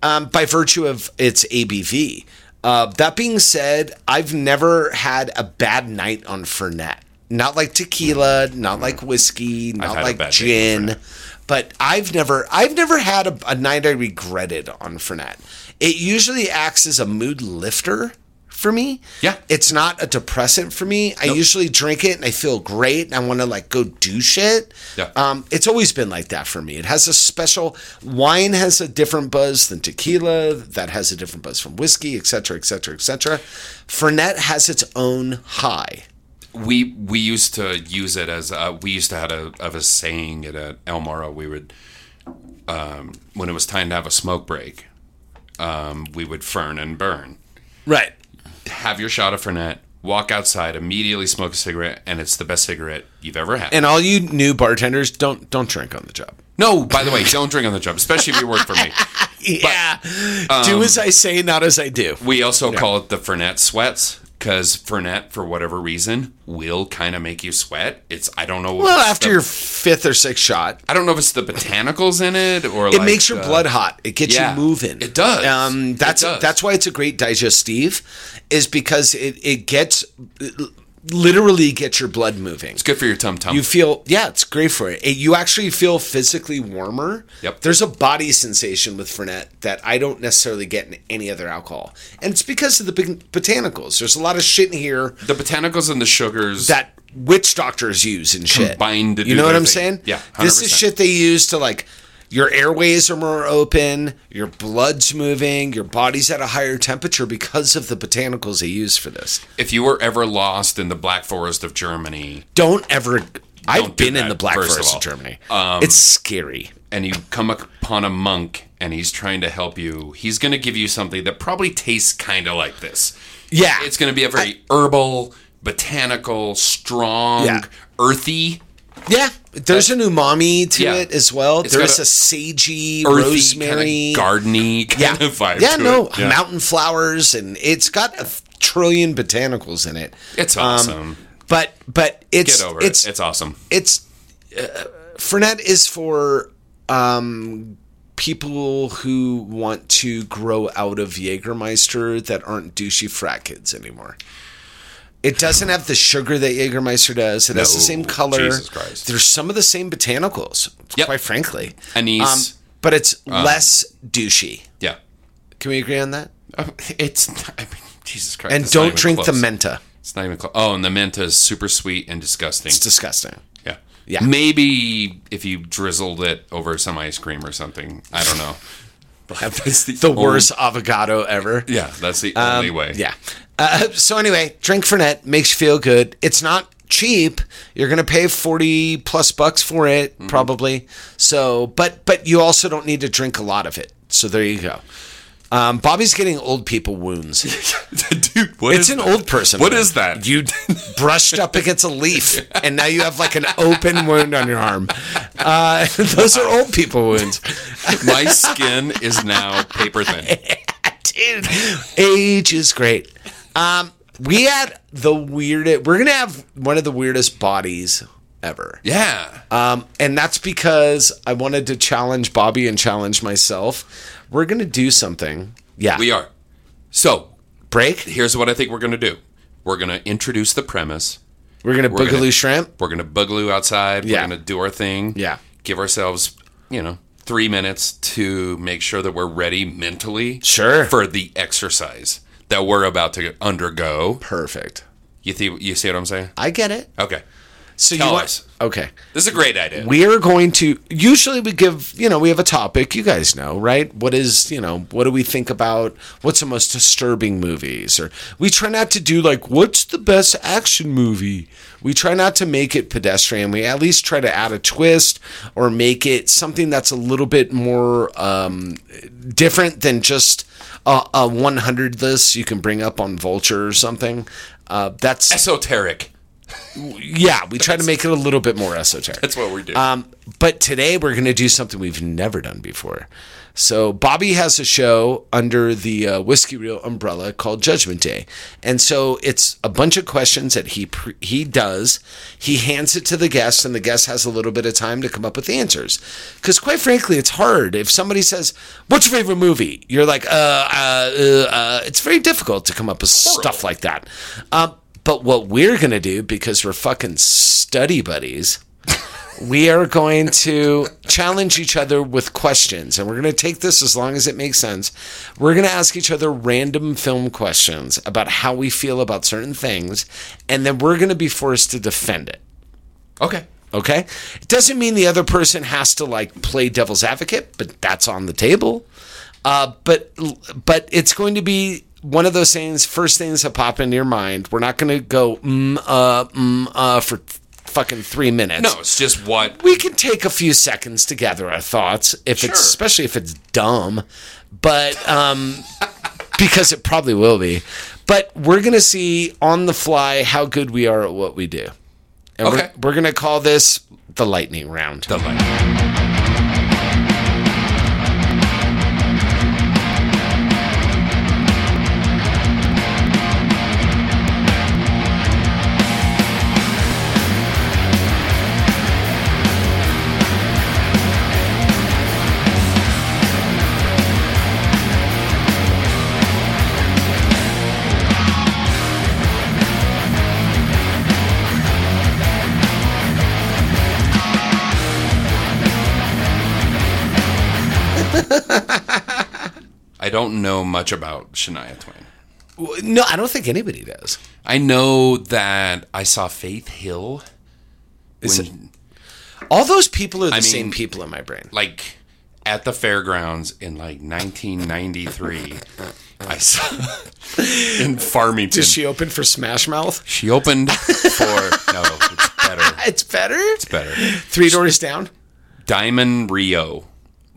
Um, by virtue of its ABV. Uh, that being said, I've never had a bad night on Fernet. Not like tequila, not like whiskey, not
had a
like
bad day on
gin. But I've never I've never had a, a night I regretted on Fernet. It usually acts as a mood lifter for me.
Yeah.
It's not a depressant for me. I usually drink it and I feel great and I want to like go do shit.
Yeah.
Um, it's always been like that for me. It has a special wine has a different buzz than tequila. That has a different buzz from whiskey, et cetera, et cetera, et cetera. Fernet has its own high.
we we used to use it as uh, we used to have a of a saying at uh, El Morro. We would um, when it was time to have a smoke break, um, we would fern and burn.
Right.
Have your shot of Fernet. Walk outside, immediately smoke a cigarette, and it's the best cigarette you've ever had.
And all you new bartenders, don't don't drink on the job.
no, by the way, don't drink on the job, especially if you work for me.
Yeah.
um,
do as I say, not as I do.
We also call it the Fernet sweats because Fernet, for whatever reason, will kind of make you sweat. It's I don't know.
Well, after your fifth or sixth shot,
I don't know if it's the botanicals in it or
it
like uh,
makes your
the-
blood hot. It gets
yeah,
you moving.
it does.
Um,
It
that's
does.
that's why it's a great digestive, is because it it gets it literally gets your blood moving.
It's good for your tum tum.
You feel yeah, it's great for it. It- You actually feel physically warmer.
Yep.
There's a body sensation with Fernet that I don't necessarily get in any other alcohol, and it's because of the big botanicals. There's a lot of shit in here
the botanicals and the sugars.
that witch doctors use and shit.
Combined to
you
do
know what
their
I'm
thing.
saying?
Yeah,
This is
100%.
shit they use to like your airways are more open, your blood's moving, your body's at a higher temperature because of the botanicals they use for this.
if you were ever lost in the black forest of Germany
Don't ever. I've
Don't do
been in
that,
the Black
first of
Forest of,
all. Um,
Germany. it's scary.
and you come upon a monk and he's trying to help you, he's going to give you something that probably tastes kind of like this.
Yeah,
It's going to be a very herbal, botanical, strong,
Yeah.
earthy,
Yeah, there's an umami to
Yeah.
it as well.
It's
there's
got
a,
a earthy,
sagey, rosemary,
kind of gardeny
yeah,
kind of vibe.
yeah,
to
no
it. Yeah.
mountain flowers, and it's got a trillion botanicals in it.
It's
Um,
awesome.
but but it's
Get over
it's
it. It's
it's
awesome.
it's uh, Fernet is for um people who want to grow out of Jägermeister that aren't douchey frat kids anymore. It doesn't have the sugar that Jägermeister does. It has the
No,
same color.
Jesus Christ.
There's some of the same botanicals,
Yep.
quite frankly.
Anise. Um,
but it's less douchey.
Yeah.
Can we agree on that?
Uh, It's I mean, Jesus Christ.
And
it's not
don't
even
drink
close.
the Menta.
It's not even close. Oh, and the menta is super sweet and disgusting.
It's disgusting.
yeah.
Yeah.
Maybe if you drizzled it over some ice cream or something. I don't know. That's the,
The
only-
worst avocado ever. Um,
Yeah, Um, that's the only way.
Yeah. Uh, so anyway, drink Fernet makes you feel good. It's not cheap. You're gonna pay forty plus bucks for it
Mm-hmm.
probably. So, but but you also don't need to drink a lot of it. So there you go. Um, Bobby's getting old people wounds,
Dude, what is
It's an
that?
old person
What
wound.
is that? You
brushed up against a leaf, and now you have like an open wound on your arm. Uh, those are old people wounds.
my skin is now paper thin.
dude. Age is great. Um, we had the weirdest. We're gonna have one of the weirdest bodies ever.
Yeah.
Um, and that's because I wanted to challenge Bobby and challenge myself. We're gonna do something. Yeah,
we are. So,
break.
here's what I think we're going to do. We're going to introduce the premise.
We're gonna
We're
boogaloo
gonna-
shrimp.
We're going to boogaloo outside.
Yeah.
We're going to do our thing.
Yeah.
Give ourselves, you know, three minutes to make sure that we're ready mentally
Sure.
for the exercise that we're about to undergo.
Perfect.
You, th- you see what I'm saying?
I get it.
Okay.
So
Tell
you want-
us.
Okay.
This is a great idea.
We are going to usually we give you know we have a topic you guys know right what is you know what do we think about what's the most disturbing movies or we try not to do like what's the best action movie we try not to make it pedestrian we at least try to add a twist or make it something that's a little bit more um, different than just a, a 100 list you can bring up on Vulture or something uh, that's
Esoteric.
yeah we try to make it a little bit more esoteric
That's what we do.
um, but today we're going to do something we've never done before. So Bobby has a show under the uh, Whiskey Reel umbrella called Judgment Day, and so it's a bunch of questions that he pre- he does. He hands it to the guest, and the guest has a little bit of time to come up with answers. Because quite frankly, it's hard. If somebody says, "What's your favorite movie?" You're like, "Uh, uh, uh, uh." It's very difficult to come up with stuff like that. Um, but what we're gonna do because we're fucking study buddies we are going to challenge each other with questions and we're going to take this as long as it makes sense we're going to ask each other random film questions about how we feel about certain things and then we're going to be forced to defend it
okay.
okay it doesn't mean the other person has to like play devil's advocate but that's on the table uh, but but it's going to be one of those things first things that pop into your mind we're not going to go mm uh mm uh for fucking three minutes
No, it's just what
we can take a few seconds to gather our thoughts if it's
Sure.
especially if it's dumb but um because it probably will be but we're gonna see on the fly how good we are at what we do and
Okay.
we're, we're gonna call this the lightning round
the life. I don't know much about Shania Twain.
no i don't think anybody does
I know that I saw Faith Hill.
Is
when-
it- all those people are the
I mean-
same people in my brain
like at the fairgrounds in like 1993. I saw in Farmington. She-,
open for smash mouth
opened for no, it's better.
it's better
It's better.
three doors down
Diamond Rio.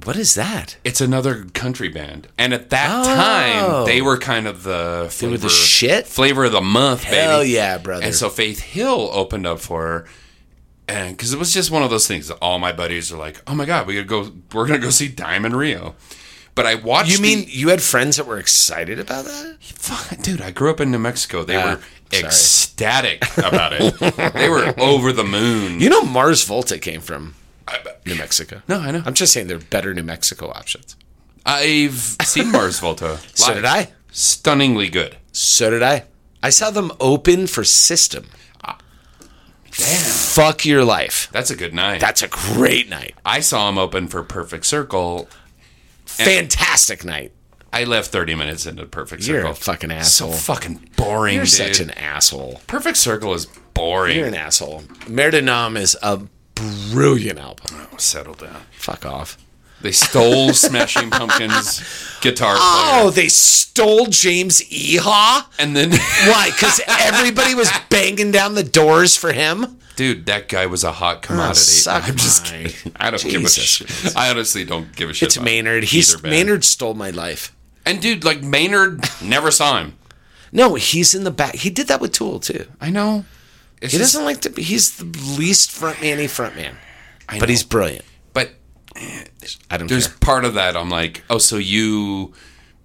what is that
It's another country band, and at that
Oh.
time they were kind of the flavor,
were the shit?
flavor of the month,
Hell
baby.
yeah, brother.
And so Faith Hill opened up for her, and because it was just one of those things. that All my buddies are like, "Oh my god, we gotta go. We're gonna go see Diamond Rio." But I watched.
you
the-
mean you had friends that were excited about that
Fuck, dude, I grew up in New Mexico. They
Ah,
were
sorry.
ecstatic about it. they were over the moon.
You know Mars Volta came from New Mexico.
No, I know.
I'm just saying they're better New Mexico options.
I've seen Mars Volta.
So
live.
did I.
Stunningly good.
So did I. I saw them open for System.
Ah. Damn,
Fuck your life.
that's a good night.
That's a great night.
I saw him open for Perfect Circle.
Fantastic night.
I left 30 minutes into Perfect Circle.
You're a fucking asshole.
So fucking boring,
You're
dude.
such an asshole.
Perfect Circle is boring.
You're an asshole. Mare de Nom is a brilliant album.
Oh, Settle down.
Fuck off.
They stole Smashing Pumpkins guitar player.
Oh, they stole James Eha?
and then
Why? Because everybody was banging down the doors for him?
dude, that guy was a hot commodity.
suck
I'm just
my-
kidding. I don't
Jesus.
give a shit. I honestly don't give a shit.
It's
about
Maynard.
either
He's
band.
Maynard stole my life.
And dude, like Maynard never saw him.
No, he's in the back. He did that with Tool too.
I know. It's
He
just-
doesn't like to be he's the least front man front man.
I
But
know.
he's brilliant.
but
I don't
there's
care.
part of that I'm like, oh, so you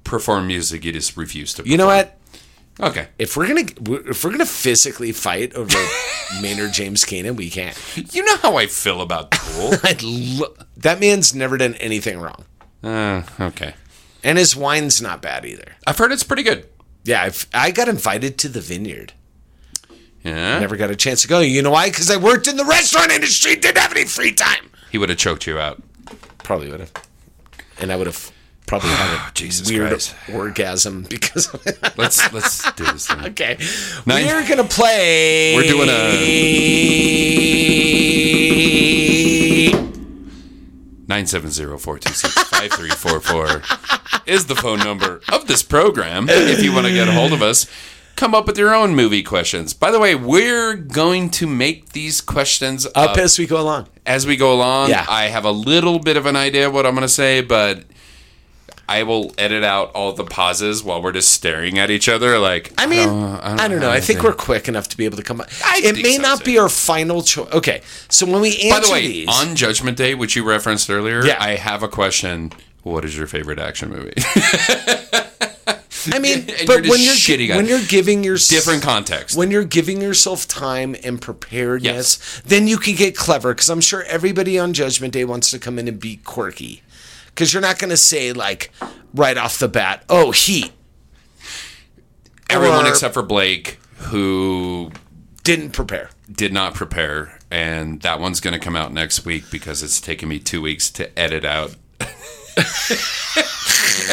perform music, you just refuse to. Perform.
You know what?
Okay.
If we're gonna if we're gonna physically fight over Maynard James Keenan, we can't.
You know how I feel about Tool.
I'd lo- that man's never done anything wrong,
uh, okay.
and his wine's not bad either.
I've heard it's pretty good.
Yeah, I've, I got invited to the vineyard.
Yeah.
Never got a chance to go. You know why? Because I worked in the restaurant industry. Didn't have any free time.
He would have choked you out.
Probably would have, and I would have probably had a
Jesus
weird
Christ.
orgasm because.
Let's let's do this thing.
okay,
Now you-
we're gonna play.
We're doing a 970-426-5344 is the phone number of this program if you want to get a hold of us. Come up with your own movie questions. By the way, we're going to make these questions up,
up as we go along.
as we go along.
Yeah.
I have a little bit of an idea what I'm going to say, but I will edit out all the pauses while we're just staring at each other like
I mean, I don't, know. I think
anything.
we're quick enough to be able to come up.
I
it
think
may
so,
not be
too.
our final choice. Okay, so when we answer
By the way,
these,
on Judgment Day, which you referenced earlier,
Yeah.
I have a question. What is your favorite action movie?
I mean,
and
but
you're just
when you're
shitting on
when
it.
you're giving your
Different context.
when you're giving yourself time and preparedness, then you can get clever. Because I'm sure everybody on Judgment Day wants to come in and be quirky. Because you're not going to say like right off the bat, "Oh, Heat
Everyone
Or-
except for Blake, who
didn't prepare."
did not prepare, and that one's going to come out next week because it's taken me two weeks to edit out. and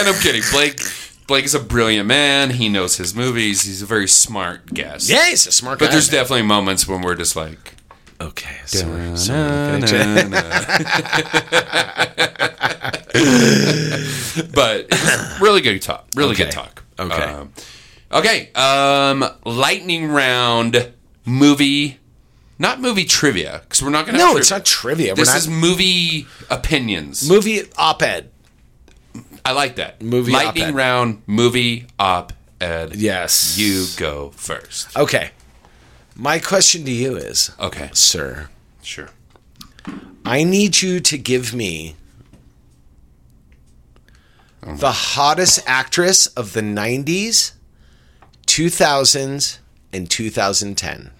I'm kidding. Blake, Blake is a brilliant man. He knows his movies. He's a very smart guest.
Yeah, he's a smart guy.
But there's definitely moments when we're just like,
okay. Sorry,
but it's really good talk. Really good
Okay.
talk.
Okay.
Um, okay. Um, lightning round movie, not movie trivia because we're not going to.
no, it's not trivia.
This
We're not
is movie opinions.
movie op-ed.
I like that.
Movie
lightning
op-ed.
round movie op ed.
Yes,
You go first.
Okay. My question to you is,
Okay.
sir,
Sure.
I need you to give me the hottest actress of the 90s, 2000s, and 2010.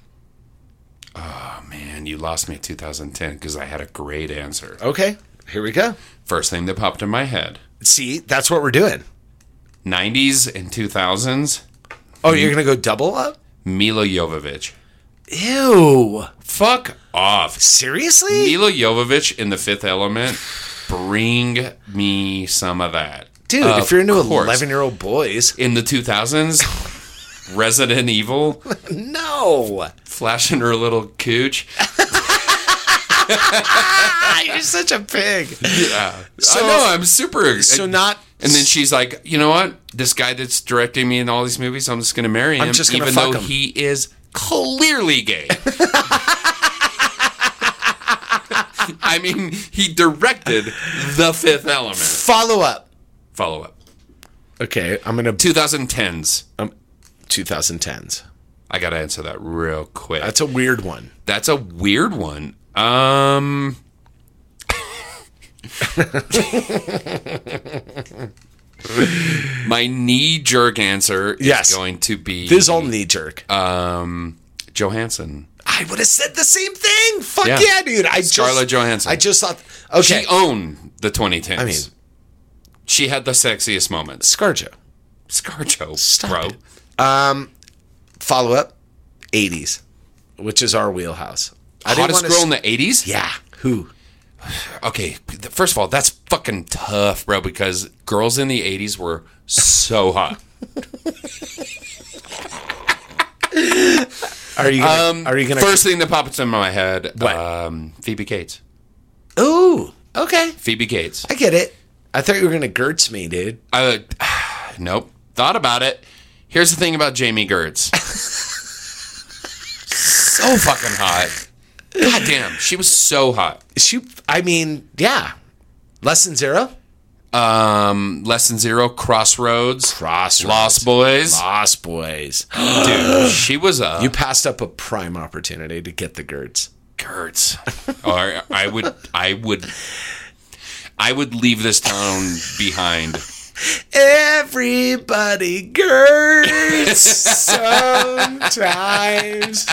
Man, you lost me at 2010 because I had a great answer.
Okay, here we go.
First thing that popped in my head.
See, that's what we're doing.
90s and 2000s,
Oh, you're going to go double up?
Mila Jovovich.
Ew.
Fuck off.
Seriously?
Mila Jovovich in The Fifth Element, bring me some of that.
Dude,
Of
if you're into
course.
11 year old boys,
In the 2000s, Resident Evil,
no.
flashing her little cooch.
Ah, you're such a pig.
I know, I'm super.
So, not.
And then she's like, you know what? This guy that's directing me in all these movies, I'm just going to marry him,
I'm just gonna
even
fuck
though
him."
he is clearly gay. I mean, he directed The Fifth Element.
Follow up.
Follow up.
Okay, I'm going to.
2010s.
Um, 2010s.
I got to answer that real quick.
That's a weird one.
That's a weird one. Um My knee jerk answer is
Yes.
going to be
This is all knee jerk.
um Johansson.
I would have said the same thing. Fuck
Yeah.
yeah, dude. I
Scarlett
just,
Johansson.
I just thought. Okay.
She owned the 2010s.
I mean-
she had the sexiest moments.
ScarJo.
ScarJo,
Stop
bro.
it. Um, Follow up, 80s, which is our wheelhouse. I didn't
Hottest
wanna
girl
s-
in the 80s?
Yeah. Who?
okay, first of all, that's fucking tough, bro, because girls in the 80s were so hot.
Are you gonna, are you gonna
Um, First thing that pops into my head, um, Phoebe Cates.
Ooh, okay.
Phoebe Cates.
I get it. I thought you were gonna Gertz me, dude.
Uh, nope. Thought about it. Here's the thing about Jamie Gertz. so fucking hot. God damn, she was so hot.
She I mean, yeah. Lesson zero?
Um, Lesson Zero, Crossroads,
Crossroads.
Lost Boys.
Lost boys.
Dude, she was a
You passed up a prime opportunity to get the Gertz.
Gertz. or I would, I would, I would leave this town behind.
Everybody Gertz sometimes.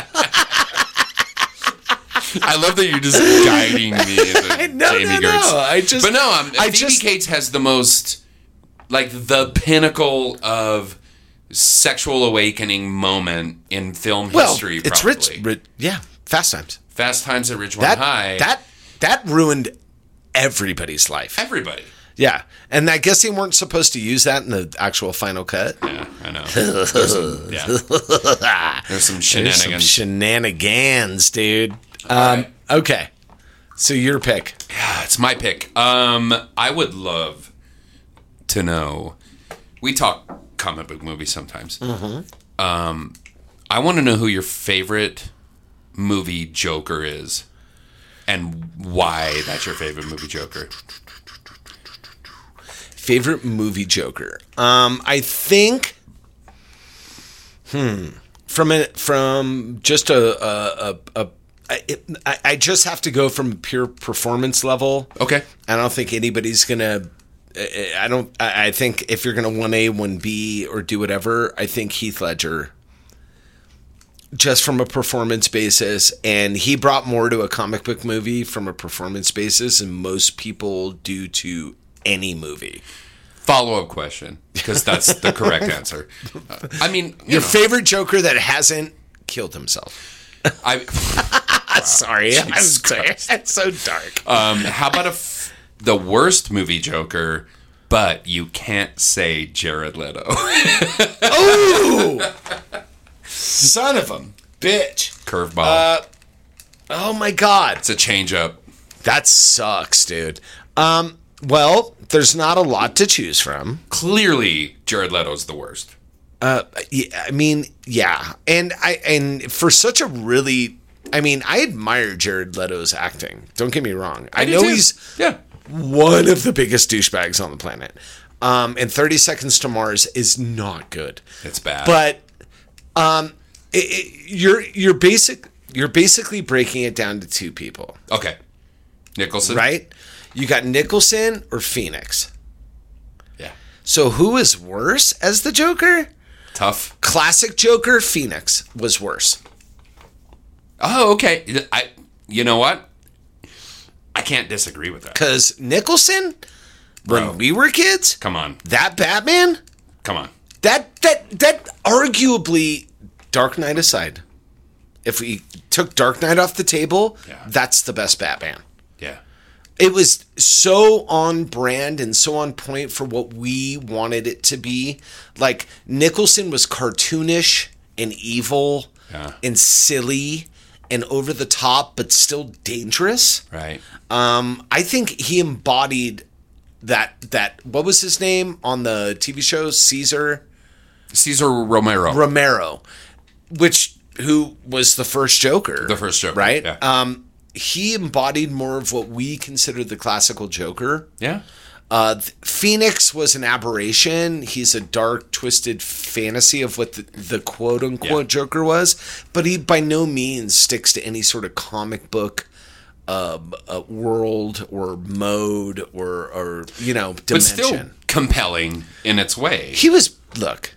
I love that you're just guiding me. As a
No,
Jamie
no,
Gertz.
no. I just
But no, I'm,
I
Phoebe
just-
Cates has the most, like the pinnacle of sexual awakening moment in film
well,
history.
it's
probably.
rich, rich yeah, fast times.
Fast Times at Ridgemont
That
High.
that that ruined everybody's life.
everybody.
Yeah, and I guess they weren't supposed to use that in the actual final cut.
Yeah, I know. There's some, yeah. There's some
There's
shenanigans.
some shenanigans, dude. Um, okay, so your pick.
It's my pick. Um, I would love to know. We talk comic book movies sometimes. Um, I want to know who your favorite movie Joker is, and why that's your favorite movie Joker.
Favorite movie Joker? Um, I think. Hmm. From a, from just a a a. a I, it, I- I just have to go from pure performance level.
Okay.
I don't think anybody's gonna. I- I don't. I I think if you're gonna one A, one B, or do whatever, I think Heath Ledger. Just from a performance basis, and he brought more to a comic book movie from a performance basis than most people do to any movie.
Follow up question because that's the correct answer. Uh, I mean, you
Your
know,
favorite Joker that hasn't killed himself.
I,
Sorry, I'm sorry. That's so dark.
um, how about if the worst movie Joker, but you can't say Jared Leto?
Son of a bitch. Uh,
Curveball.
Oh my god.
it's a change up.
That sucks, dude. Um, well, there's not a lot to choose from.
clearly Jared Leto's the worst.
Uh, Yeah, I mean, yeah, and I and for such a really, I mean, I admire Jared Leto's acting. Don't get me wrong. I, know he's
yeah.
one of the biggest douchebags on the planet. Um, and Thirty Seconds to Mars is not good,
It's bad.
but um, it, it, you're you're basic. You're basically breaking it down to two people,
okay, Nicholson.
right? You got Nicholson or Phoenix.
Yeah.
So who is worse as the Joker?
Tough.
Classic Joker Phoenix was worse.
Oh, okay. I. You know what? I can't disagree with that.
Cause Nicholson,
Bro,
when we were kids,
come on,
that Batman,
come on.
that that that arguably Dark Knight aside, if we took Dark Knight off the table,
Yeah.
that's the best Batman.
Yeah.
It was so on brand and so on point for what we wanted it to be. Like Nicholson was cartoonish and evil
Yeah.
and silly and over the top, but still dangerous.
Right.
Um, I think he embodied that that what was his name on the TV show Caesar
Caesar Romero.
Romero, which who was the first Joker,
The first Joker,
right?
yeah.
Um, he embodied more of what we consider the classical Joker.
yeah.
Uh, th- Phoenix was an aberration. He's a dark, twisted fantasy of what the, the quote unquote
Yeah.
Joker was, but he by no means sticks to any sort of comic book um, uh, world or mode or, or you know dimension.
But still compelling in its way.
he was look.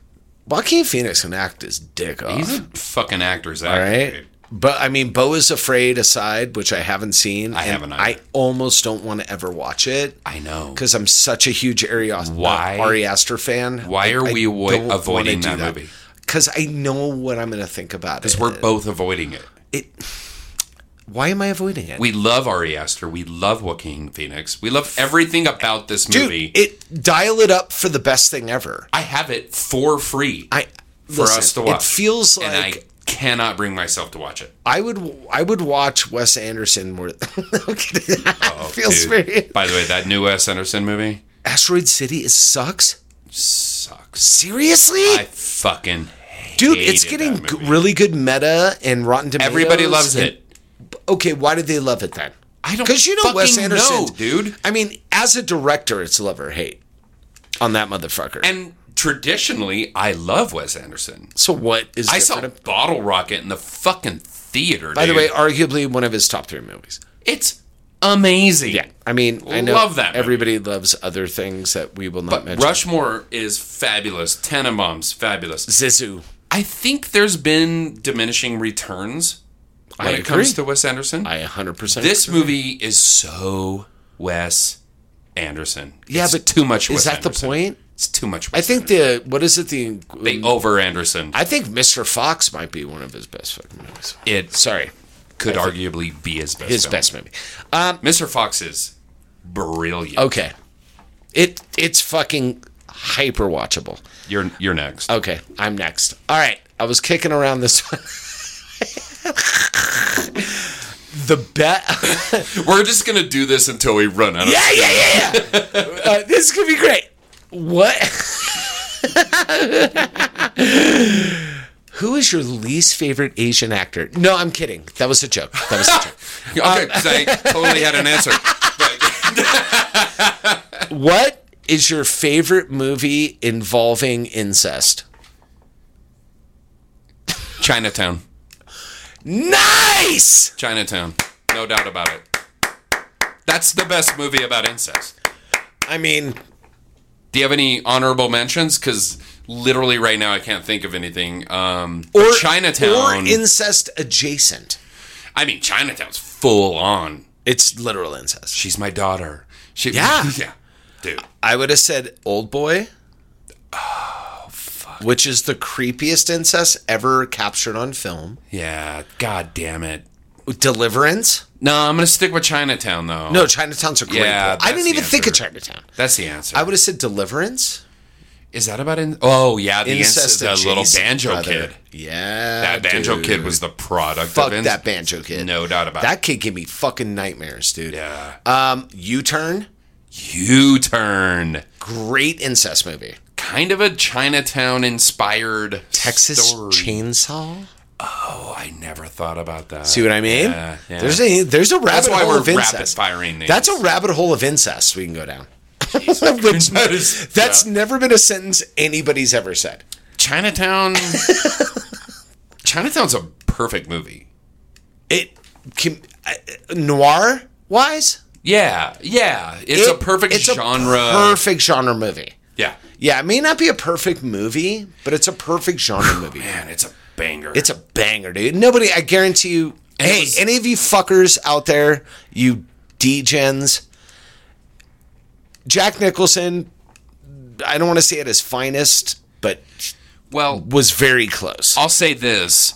Joaquin Phoenix can act his dick off.
He's a fucking actor's
All
actor.
right.
dude.
But I mean, Bo is Afraid aside, which I haven't seen.
I
and
haven't
I
either.
almost don't want to ever watch it
I know.
because I'm such a huge Ari, Ast-
Why-
uh, Ari Aster fan.
Why are we avo-
don't wanna
avoiding
do
that movie?
Because I know what I'm going to think about it.
Because we're both avoiding it.
It, Why am I avoiding it?
We love Ari Aster. We love Joaquin Phoenix. We love everything about this
Dude,
movie.
it dial it up for the best thing ever.
I have it for free
I
for us to watch.
It feels like
and I cannot bring myself to watch it.
I would I would watch Wes Anderson more. okay, that
Oh,
feels
dude.
very.
By the way, that new Wes Anderson movie
Asteroid City is sucks.
sucks.
Seriously,
I fucking
dude, it's
hated
getting
that
g-
movie.
really good meta and Rotten Tomatoes.
everybody loves
and-
it.
Okay, why did they love it then?
I don't
Because you know Wes
fucking
Anderson,
know, dude.
I mean, as a director, it's love or hate on that motherfucker.
And traditionally, I love Wes Anderson.
so what is
I saw
different?
Bottle Rocket in the fucking theater.
By the
dude.
way, arguably one of his top three movies.
it's amazing.
Yeah, I mean, I know
Love that movie.
Everybody loves other things that we will not
But
mention.
Rushmore is fabulous. Tenenbaums, fabulous.
Zizou.
I think there's been diminishing returns when
I
it comes
agree.
to Wes Anderson.
I 100%.
this movie is so Wes Anderson.
yeah,
It's
but
too much.
Is
Wes
that
Anderson.
the point?
It's too much.
I
Wes
think
Anderson.
the what is it the um,
they over Anderson.
I think Mr. Fox might be one of his best fucking movies.
it
Sorry,
could arguably be his best.
his
film.
best movie. Um,
Mr. Fox is brilliant.
okay, it it's fucking hyper watchable.
You're you're next.
Okay, I'm next. All right, I was kicking around this one. the bet.
We're just gonna do this until we run out.
yeah, yeah, yeah, yeah. Uh, this could be great. What? Who is your least favorite Asian actor? No, I'm kidding. That was a joke. That was a joke.
of Okay, 'cause I totally had an answer. uh, But
What is your favorite movie involving incest?
Chinatown,
Nice!
Chinatown, no doubt about it. That's the best movie about incest.
I mean,
Do you have any honorable mentions? Because literally right now I can't think of anything. Um, but
or
Chinatown.
or incest adjacent.
I mean, Chinatown's full on.
It's literal incest.
She's my daughter. She,
Yeah.
yeah, dude.
I would have said Old Boy.
Oh,
Which is the creepiest incest ever captured on film.
Yeah, god damn it.
Deliverance?
No, I'm gonna stick with Chinatown though.
No, Chinatown's a great
Oh. Yeah,
one. I
that's
didn't
the
even think of
answer.
Chinatown.
that's the answer.
I would have said Deliverance.
Is that about in? Oh yeah, the incest, the little
adjacent,
banjo
brother.
kid.
Yeah.
That banjo
dude.
kid was the product
Fuck
of ins-
that banjo kid.
No doubt about
That kid gave me fucking nightmares, dude.
Yeah.
Um, U Turn,
it. U turn.
great incest movie.
Kind of a Chinatown inspired
Texas
story.
Chainsaw.
Oh, I never thought about that.
See what I mean?
Yeah, yeah.
There's a there's a rabbit
why
hole
we're
of incest.
rapid-firing these.
That's a rabbit hole of incest we can go down. Which-
That is-
that's
yeah.
never been a sentence anybody's ever said.
Chinatown. Chinatown's a perfect movie.
It can, uh, noir wise,
Yeah, yeah. It's a
it-
perfect
it's a
genre.
perfect genre movie.
yeah,
Yeah, it may not be a perfect movie, but it's a perfect genre movie.
Oh, man, it's a banger.
It's a banger, dude. Nobody, I guarantee you.
And it
hey,
was-
any of you fuckers out there, you degens, Jack Nicholson. I don't want to say at his finest, but
well.
was very close.
I'll say this: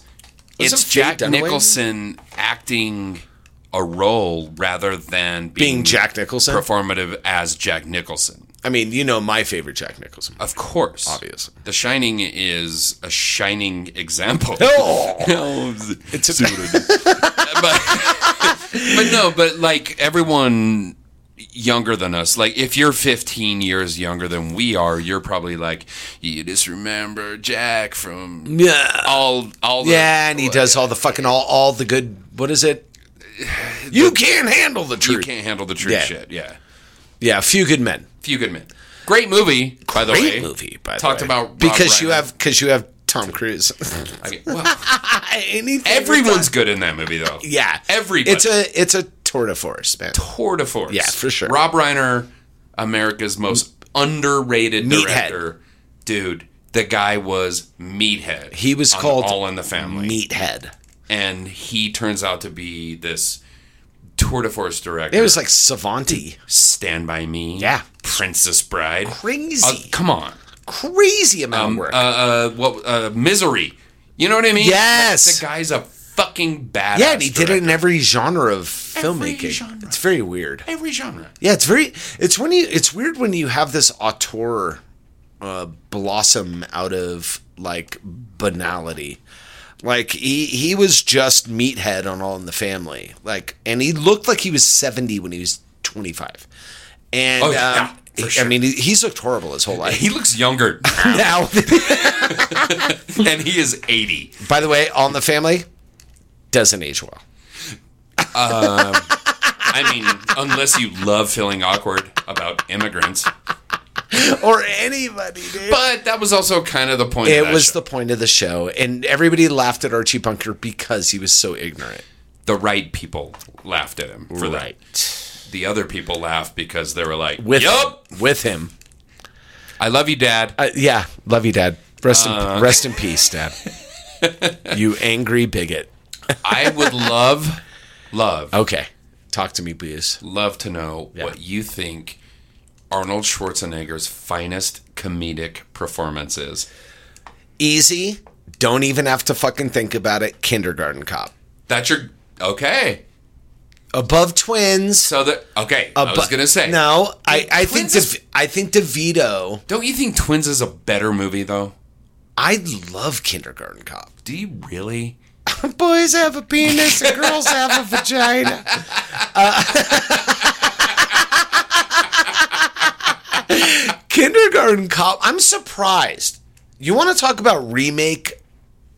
Wasn't
it's
Faye
Jack
Dunaway in it?
Nicholson acting a role rather than being,
Being Jack Nicholson?
performative as Jack Nicholson.
I mean, you know my favorite Jack Nicholson.
Of course,
Obviously.
The Shining is a shining example.
Oh,
No,
it's a,
but, but no, but like everyone younger than us, like if you're 15 years younger than we are, you're probably like, you just remember Jack from
yeah,
all all the, Oh,
yeah, and he does all the fucking all all the good. What is it? You can't handle the
you
truth.
can't handle the truth
Yeah.
shit. Yeah,
Yeah, few good men.
few good men. Great movie, by the way.
Great movie. By the
talked
way.
about Rob
because you
Reiner.
have because you have Tom Cruise.
Okay, well,
Anything
everyone's good in that movie though.
Yeah,
everybody.
It's a it's a tour de force, man.
tour de force.
Yeah, for sure.
Rob Reiner, America's most underrated
Meathead.
director, dude. The guy was meathead.
He was
on
called
All in the Family,
Meathead.
and he turns out to be this tour de force director.
It was like Savanti,
Stand by Me,
Yeah.
Princess Bride,
crazy,
Uh, come on,
crazy amount
um,
of work.
uh, uh, what, uh, Misery. You know what I mean?
Yes.
Like, the guy's a fucking fucking badass.
Yeah, and he did it in
director.
every genre of
Every
filmmaking.
genre.
It's very weird.
every genre.
Yeah, it's very. It's when you. It's weird when you have this auteur uh, blossom out of like banality. Like he he was just meathead on All in the Family. Like, and he looked like he was seventy when he was twenty five. And
Oh, yeah,
um,
yeah, for
he-
sure.
I mean, he, he's looked horrible his whole life.
He looks younger
now,
and he is 80.
by the way, All in the Family doesn't age well.
I mean, unless you love feeling awkward about immigrants.
or anybody, dude.
But that was also kind of the point. of
it
that
was
show.
the point of the show, and everybody laughed at Archie Bunker because he was so ignorant.
the right people laughed at him for
right
that. The other people laughed because they were like,
with
"Yup,
him, with him.
I love you, Dad."
Uh, yeah, love you, Dad. Rest
Uh.
in rest in peace, Dad. you angry bigot.
I would love, love,
Okay, talk to me, please.
love to know what you think Arnold Schwarzenegger's finest comedic performance is.
Easy. Don't even have to fucking think about it. Kindergarten cop.
That's your okay.
Above twins.
So that okay, I was
Abo-
gonna say
Uh, no. I, I think
Twins is-
De- I think DeVito.
Don't you think Twins is a better movie though?
I love Kindergarten Cop.
Do you really?
boys have a penis and girls have a vagina. Uh, Kindergarten Cop. I'm surprised. You want to talk about remake?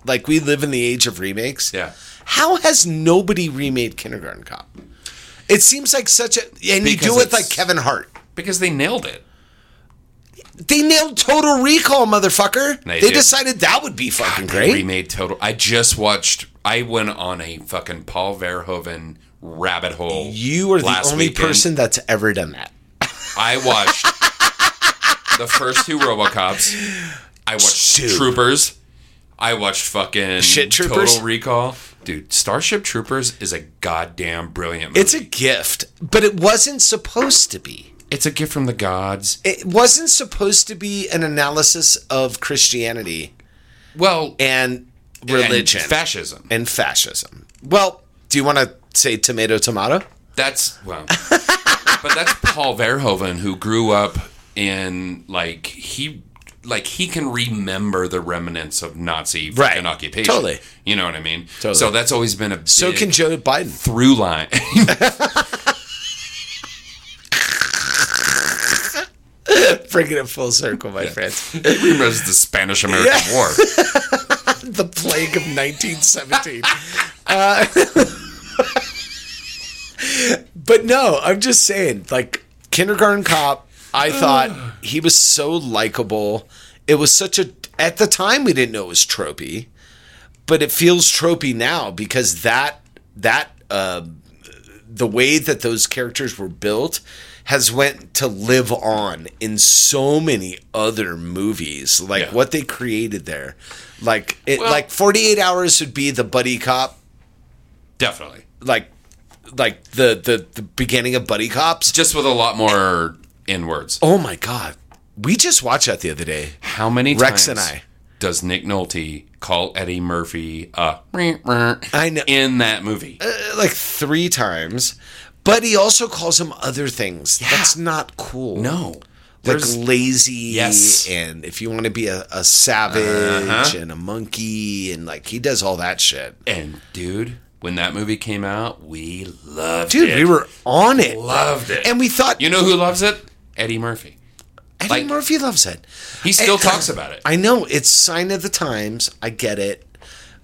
Like we live in the age of remakes.
Yeah.
How has nobody remade Kindergarten Cop? It seems like such a and you
Because
do it
it's-
like Kevin Hart.
Because they nailed it.
They nailed Total Recall, motherfucker.
They
They,
did.
decided that would be fucking
They
great.
remade Total. I just watched. I went on a fucking Paul Verhoeven rabbit hole.
you are the
last
only
weekend.
person that's ever done that.
I watched. the first two RoboCops. I watched
Dude.
Troopers. I watched fucking
Shit Troopers?
Total Recall. Dude, Starship Troopers is a goddamn brilliant movie.
It's a gift, but it wasn't supposed to be.
it's a gift from the gods.
It wasn't supposed to be an analysis of Christianity
Well,
and
and
religion and,
fascism.
fascism. Well, do you want to say tomato tomato?
That's well, but that's Paul Verhoeven who grew up in like he like he can remember the remnants of Nazi fucking
Right.
occupation.
Totally.
you know what I mean.
Totally.
So that's always been a
So
big
can Joe Biden.
through line.
Bring it full circle, my friends.
it remembers the Spanish American War.
The plague of 1917. uh, but no, I'm just saying, like, Kindergarten Cop, I thought he was so likable. It was such a, at the time, we didn't know it was tropey, but it feels tropey now because that, that, uh, the way that those characters were built has went to live on in so many other movies like
Yeah.
what they created there like it
Well-
like 48 hours would be the buddy cop
Definitely,
like like the the, the beginning of buddy cops
just with a lot more in words.
oh my god we just watched that the other day
How many
Rex
times
and I.
does Nick Nolte call Eddie Murphy uh, I
know.
in that movie?
uh, like three times but he also calls him other things that's not cool
no,
like
There's-
lazy
Yes. Uh-huh.
and if you want to be a, a savage and a monkey and like he does all that shit
And dude, when that movie came out, we loved
dude
it.
we were on it
loved it.
and we thought
you know who loves it? Eddie Murphy.
eddie
like-
murphy loves it
He still
I-
talks about it.
i know it's sign of the times i get it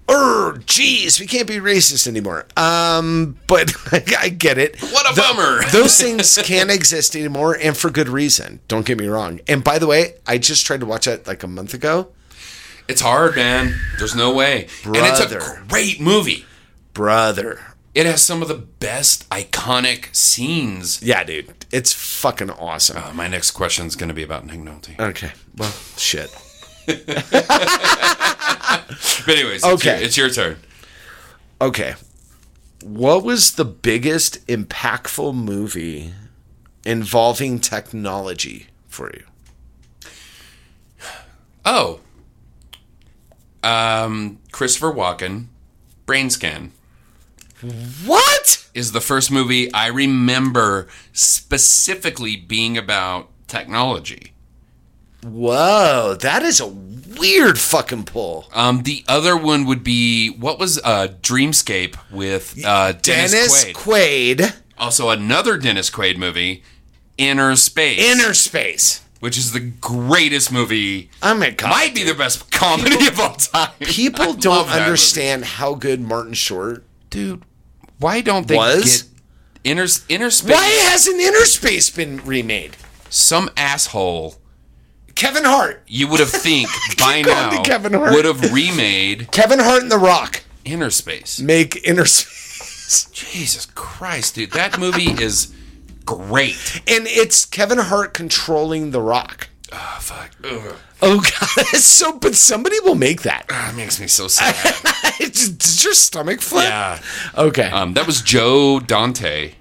Er, jeez, we can't be racist anymore. Um, but I get it.
What a bummer.
Those things can't exist anymore, and for good reason. Don't get me wrong. And by the way, I just tried to watch that like a month ago.
it's hard, man. There's no way. And it's a
Brother.
great movie.
Brother,
It has some of the best iconic scenes.
Yeah, dude. It's fucking awesome.
Uh, my next question is going to be about Nick Nolte.
Okay. Well, shit.
but anyways,
okay.
it's, your, it's your turn.
Okay. What was the biggest impactful movie involving technology for you?
Oh, um, Christopher Walken, brain scan.
What?
is the first movie I remember specifically being about technology.
Whoa, that is a weird fucking pull.
Um, the other one would be what was uh, Dreamscape with uh, Dennis,
Dennis
Quaid.
Quaid.
also, another Dennis Quaid movie, Inner Space,
Inner Space.
which is the greatest movie.
I'm a cop.
might be the best comedy of all time. I
People
love
don't
that
understand how good Martin Short.
movie. dude. Why don't they
Was?
get Inner Inner Space?
Why hasn't Inner Space been remade?
Some asshole
Kevin Hart.
you would have think by
going
now
to Kevin Hart.
would have remade
Kevin Hart and The Rock
Inner Space.
make Inner Space.
Jesus Christ, dude. That movie is great.
And it's Kevin Hart controlling The Rock.
Oh, fuck. Ugh.
Oh, God. It's so, but somebody will make that.
That makes me so sad.
It's- Did your stomach flip?
yeah.
Okay.
Um, that was Joe Dante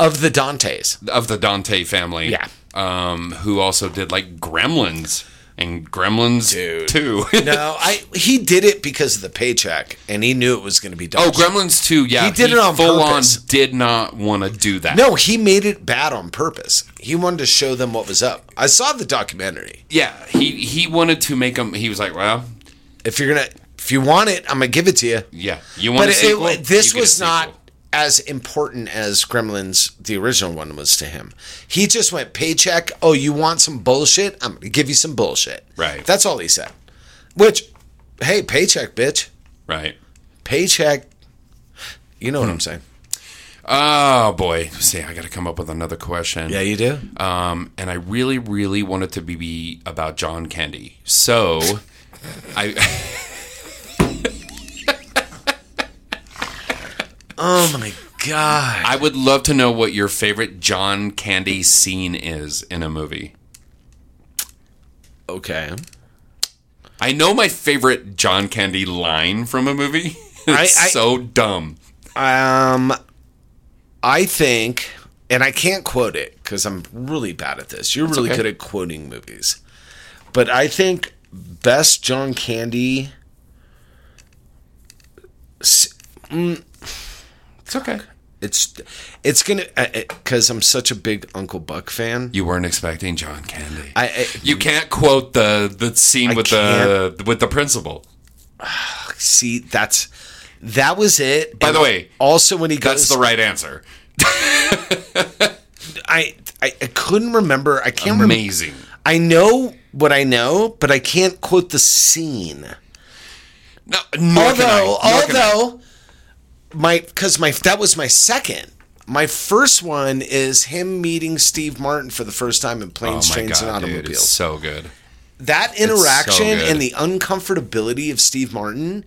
of the Dantes.
of the Dante family.
Yeah.
Um, who also did like Gremlins and Gremlins 2.
No, I he did it because of the paycheck, and he knew it was going to be dodgy.
oh, Gremlins 2. Yeah.
He did it on
full
purpose.
on did not want to do that.
No, he made it bad on purpose. He wanted to show them what was up. I saw the documentary.
Yeah. He, he wanted to make them. He was like, well,
If you're gonna, if you want it, I'm gonna give it to you.
yeah. You want
But
a
it,
sequel?
it- this
You get a
was not
sequel.
as important as Gremlins, the original one, was to him. He just went paycheck. Oh, you want some bullshit? I'm gonna give you some bullshit.
Right.
That's all he said. Which, hey, paycheck, bitch,
Right.
paycheck. You know what I'm saying?
Oh, boy. See, I got to come up with another question.
Yeah, you do.
um, and I really, really wanted to be, be about John Candy. So, I
Oh my god.
I would love to know what your favorite John Candy scene is in a movie.
Okay.
I know my favorite John Candy line from a movie. It's
I-
so dumb.
Um, I think, and I can't quote it because I'm really bad at this. You're really
okay.
good at quoting movies, but I think best John Candy. s-
It's okay.
It's it's gonna because I'm such a big Uncle Buck fan.
You weren't expecting John Candy.
I, I
you can't quote the the scene
I
with the with the principal.
see that's that was it.
By the way,
also when he
That's
goes,
the right answer.
I, I I couldn't remember. I can't remember.
Amazing.
I know what I know, but I can't quote the scene.
No, nor can I,
although
nor can I.
although my because my that was my second my first one is him meeting steve martin for the first time in
oh
planes
my
trains
god,
and
dude, it's so
automobiles
good.
that
so
interaction
good.
and the uncomfortability of steve martin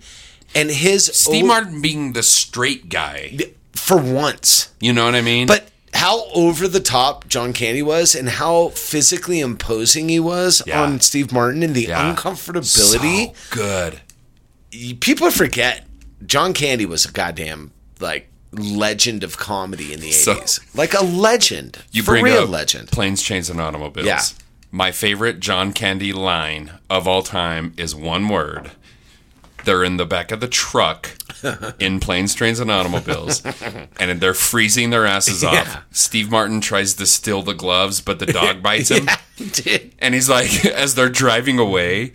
and his
Steve
o-
Martin being the straight guy.
for once
You know what I mean?
but how over the top John Candy was, and how physically imposing he was
Yeah.
on Steve Martin, and the
Yeah.
uncomfortability.
So good.
people forget John Candy was a goddamn like legend of comedy in the
So-
eighties, like a legend,
You
for
bring
real
up
legend.
planes, chains, and automobiles.
Yeah.
My favorite John Candy line of all time is one word. They're in the back of the truck in planes, trains, and automobiles, and they're freezing their asses off.
Yeah.
Steve Martin tries to steal the gloves, but the dog bites him.
Dude,
And he's like, as they're driving away,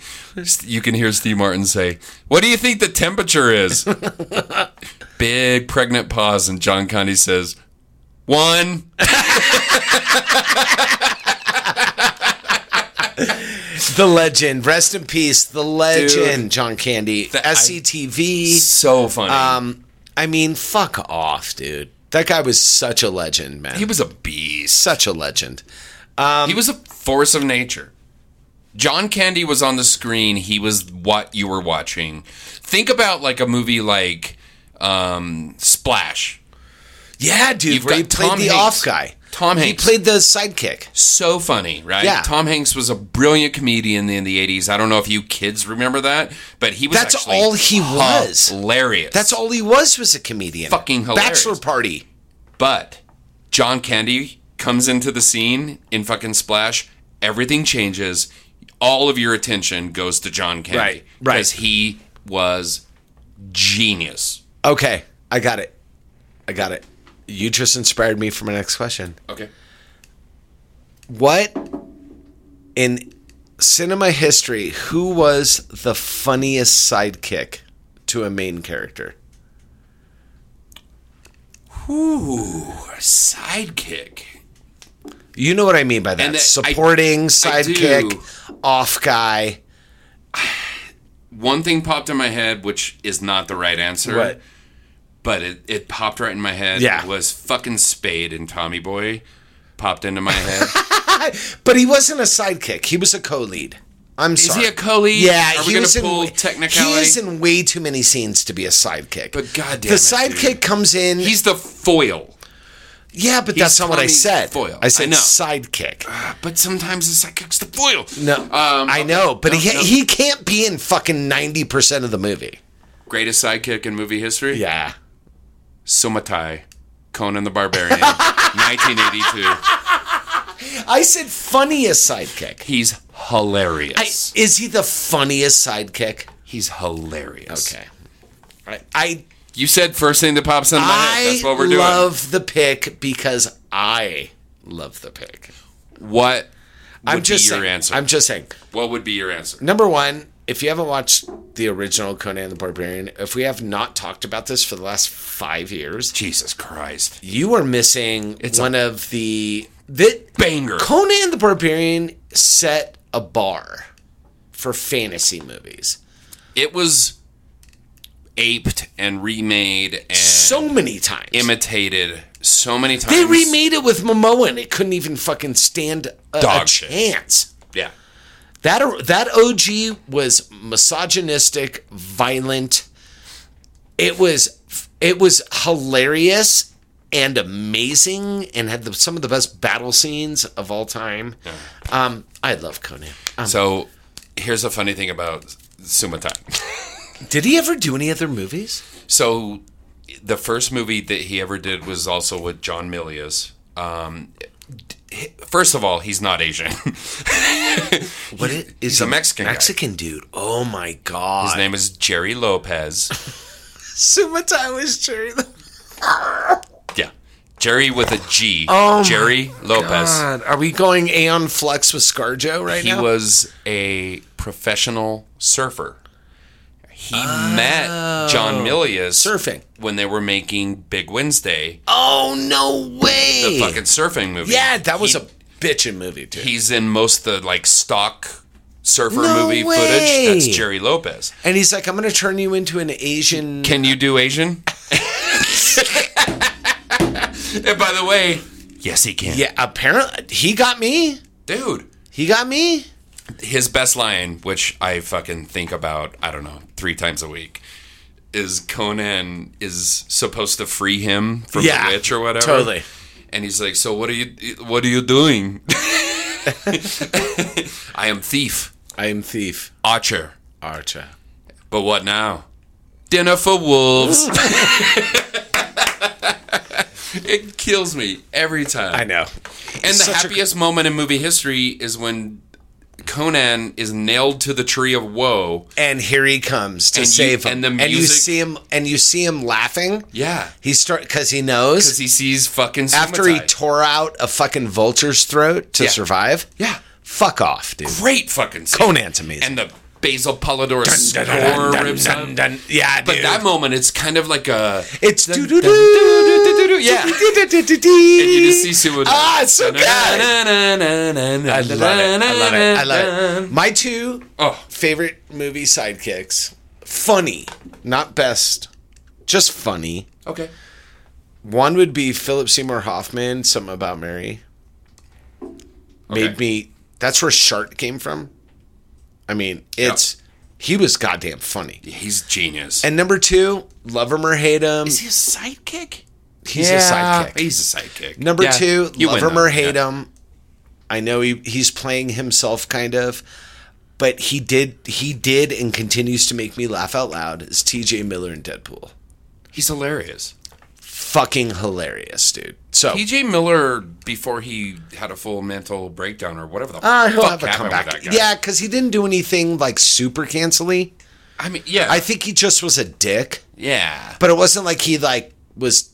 you can hear Steve Martin say, What do you think the temperature is? Big pregnant pause, and John Condy says, One.
the legend, rest in peace, the legend, John Candy,
That- I-
SCTV.
So funny.
um, I mean, fuck off, dude. That guy was such a legend, man.
he was a beast.
such a legend.
he was a force of nature. John Candy was on the screen. He was what you were watching. Think about like a movie like um, Splash.
Yeah, dude.
You've
where he
got
played
Tom
the
Hanks.
off guy.
Tom
He
Hanks.
played the sidekick.
so funny, right?
Yeah.
Tom Hanks was a brilliant comedian in the 80s. I don't know if you kids remember that, but he was
That's
actually
all he was.
Hilarious.
That's all he was was a comedian.
Fucking hilarious.
Bachelor party.
But John Candy comes into the scene in fucking Splash, everything changes. All of your attention goes to John Candy.
Right, right.
Because he was genius.
Okay, I got it. I got it. You just inspired me for my next question.
Okay.
What in cinema history, who was the funniest sidekick to a main character?
Ooh, sidekick.
You know what I mean by that.
And that-
Supporting,
I do.
sidekick, off guy.
One thing popped in my head, which is not the right answer,
What?
but it, it popped right in my head.
Yeah.
was fucking Spade and Tommy Boy popped into my head.
But he wasn't a sidekick. He was a co-lead. I'm
is
sorry.
he a co-lead?
Yeah,
Are we gonna
was in-
pull
He
technicality?
is in way too many scenes to be a sidekick.
But goddamn
the
it,
sidekick
dude.
comes in.
He's the foil.
yeah, but that's not what I
Tommy's
said.
foil.
I
I
said
know.
sidekick. Um,
But sometimes the sidekick's the foil. Um,
No, I know, but
no,
he
no.
he can't be in fucking ninety percent of the movie.
Greatest sidekick in movie history?
Yeah,
Sumatai, Conan the Barbarian, 1982.
I said funniest sidekick.
He's
I,
hilarious.
is he the funniest sidekick?
He's hilarious.
Okay, I I,
You said first thing that pops in my head.
I
That's what we're doing.
love the pick because I love the pick.
what would
I'm just
be your
saying,
answer?
I'm just saying.
what would be your answer?
Number one, if you haven't watched the original Conan the Barbarian, if we have not talked about this for the last five years,
Jesus Christ.
you are missing one of the the
Banger.
Conan the Barbarian set a bar for fantasy movies.
It was aped and remade and
So many times.
imitated so many times.
they remade it with Momoa and it couldn't even fucking stand a, a
Dog shit.
chance.
Yeah.
That that OG was misogynistic, violent. It was it was hilarious and amazing, and had the, some of the best battle scenes of all time. Um, I love Conan. Um,
So here's a funny thing about Sumatai.
did he ever do any other movies?
So, the first movie that he ever did was also with John Milius. Um, d- first of all, he's not Asian.
What it, is
a
he-
Mexican guy.
Mexican dude? Oh my god!
His name is Jerry Lopez.
Sumatai was Jerry.
Yeah, Jerry with a G.
Oh my
Jerry Lopez.
God, are we going Aeon Flux with ScarJo right
He
now?
was a professional surfer. He
Oh.
met John Milius
surfing.
when they were making Big Wednesday,
Oh no way!
the fucking surfing movie.
Yeah, that was
He-
a bitchin' movie too.
He's in most of the like stock surfer
No
movie
way.
footage. That's Jerry Lopez.
and he's like, "I'm gonna turn you into an Asian."
Can you do Asian? and by the way, yes, he can.
yeah, apparently he got me.
Dude,
He got me.
his best line, which I fucking think about, I don't know, three times a week, is Conan is supposed to free him from
Yeah,
the witch or whatever.
totally.
And he's like, "So what are you? What are you doing?" I am thief,
I am thief
archer.
Archer.
But what now? Dinner for wolves. it kills me every time.
I know.
And the
Such a-
happiest moment in movie history is when Conan is nailed to the tree of woe.
And here he comes to
And you-
save him.
and the
you
music-
see him. And you see him laughing.
Yeah.
He start because he knows
Because he sees fucking
after he
Sumatai.
tore out a fucking vulture's throat to
Yeah.
survive.
Yeah.
Fuck off, dude.
Great fucking scene.
Conan's amazing.
And the Basil Polidorus score
Dun, dun, dun, dun,
rips
dun,
up.
dun. Yeah,
But
dude.
that moment, it's kind of like a.
it's
Dun,
doo doo
dun, dun, dun, dun, dun,
doo.
dun. Yeah.
And
And
you
you just see Sumatai.
Ah, it's so good.
I
I love it. I love it. I love it. My two
Oh.
favorite movie sidekicks, funny, not best, just funny.
Okay.
One would be Philip Seymour Hoffman, Something About Mary.
Okay.
Made me. That's where Shart came from. I mean, it's he was goddamn funny.
He's genius.
And number two, love him or hate him,
he a sidekick?
he's a sidekick.
He's a sidekick.
Number
Yeah.
two,
You
love
win
him or
that.
hate
Yeah.
him. I know he, he's playing himself kind of, but he did he did and continues to make me laugh out loud is TJ Miller in Deadpool.
He's hilarious.
Fucking hilarious, dude. So
PJ Miller before he had a full mental breakdown or whatever the
uh,
fuck
he'll have a
happened with
comeback.
that guy.
Yeah, because he didn't do anything like super cancelly.
I mean, yeah,
I think he just was a dick,
yeah.
but it wasn't like he like was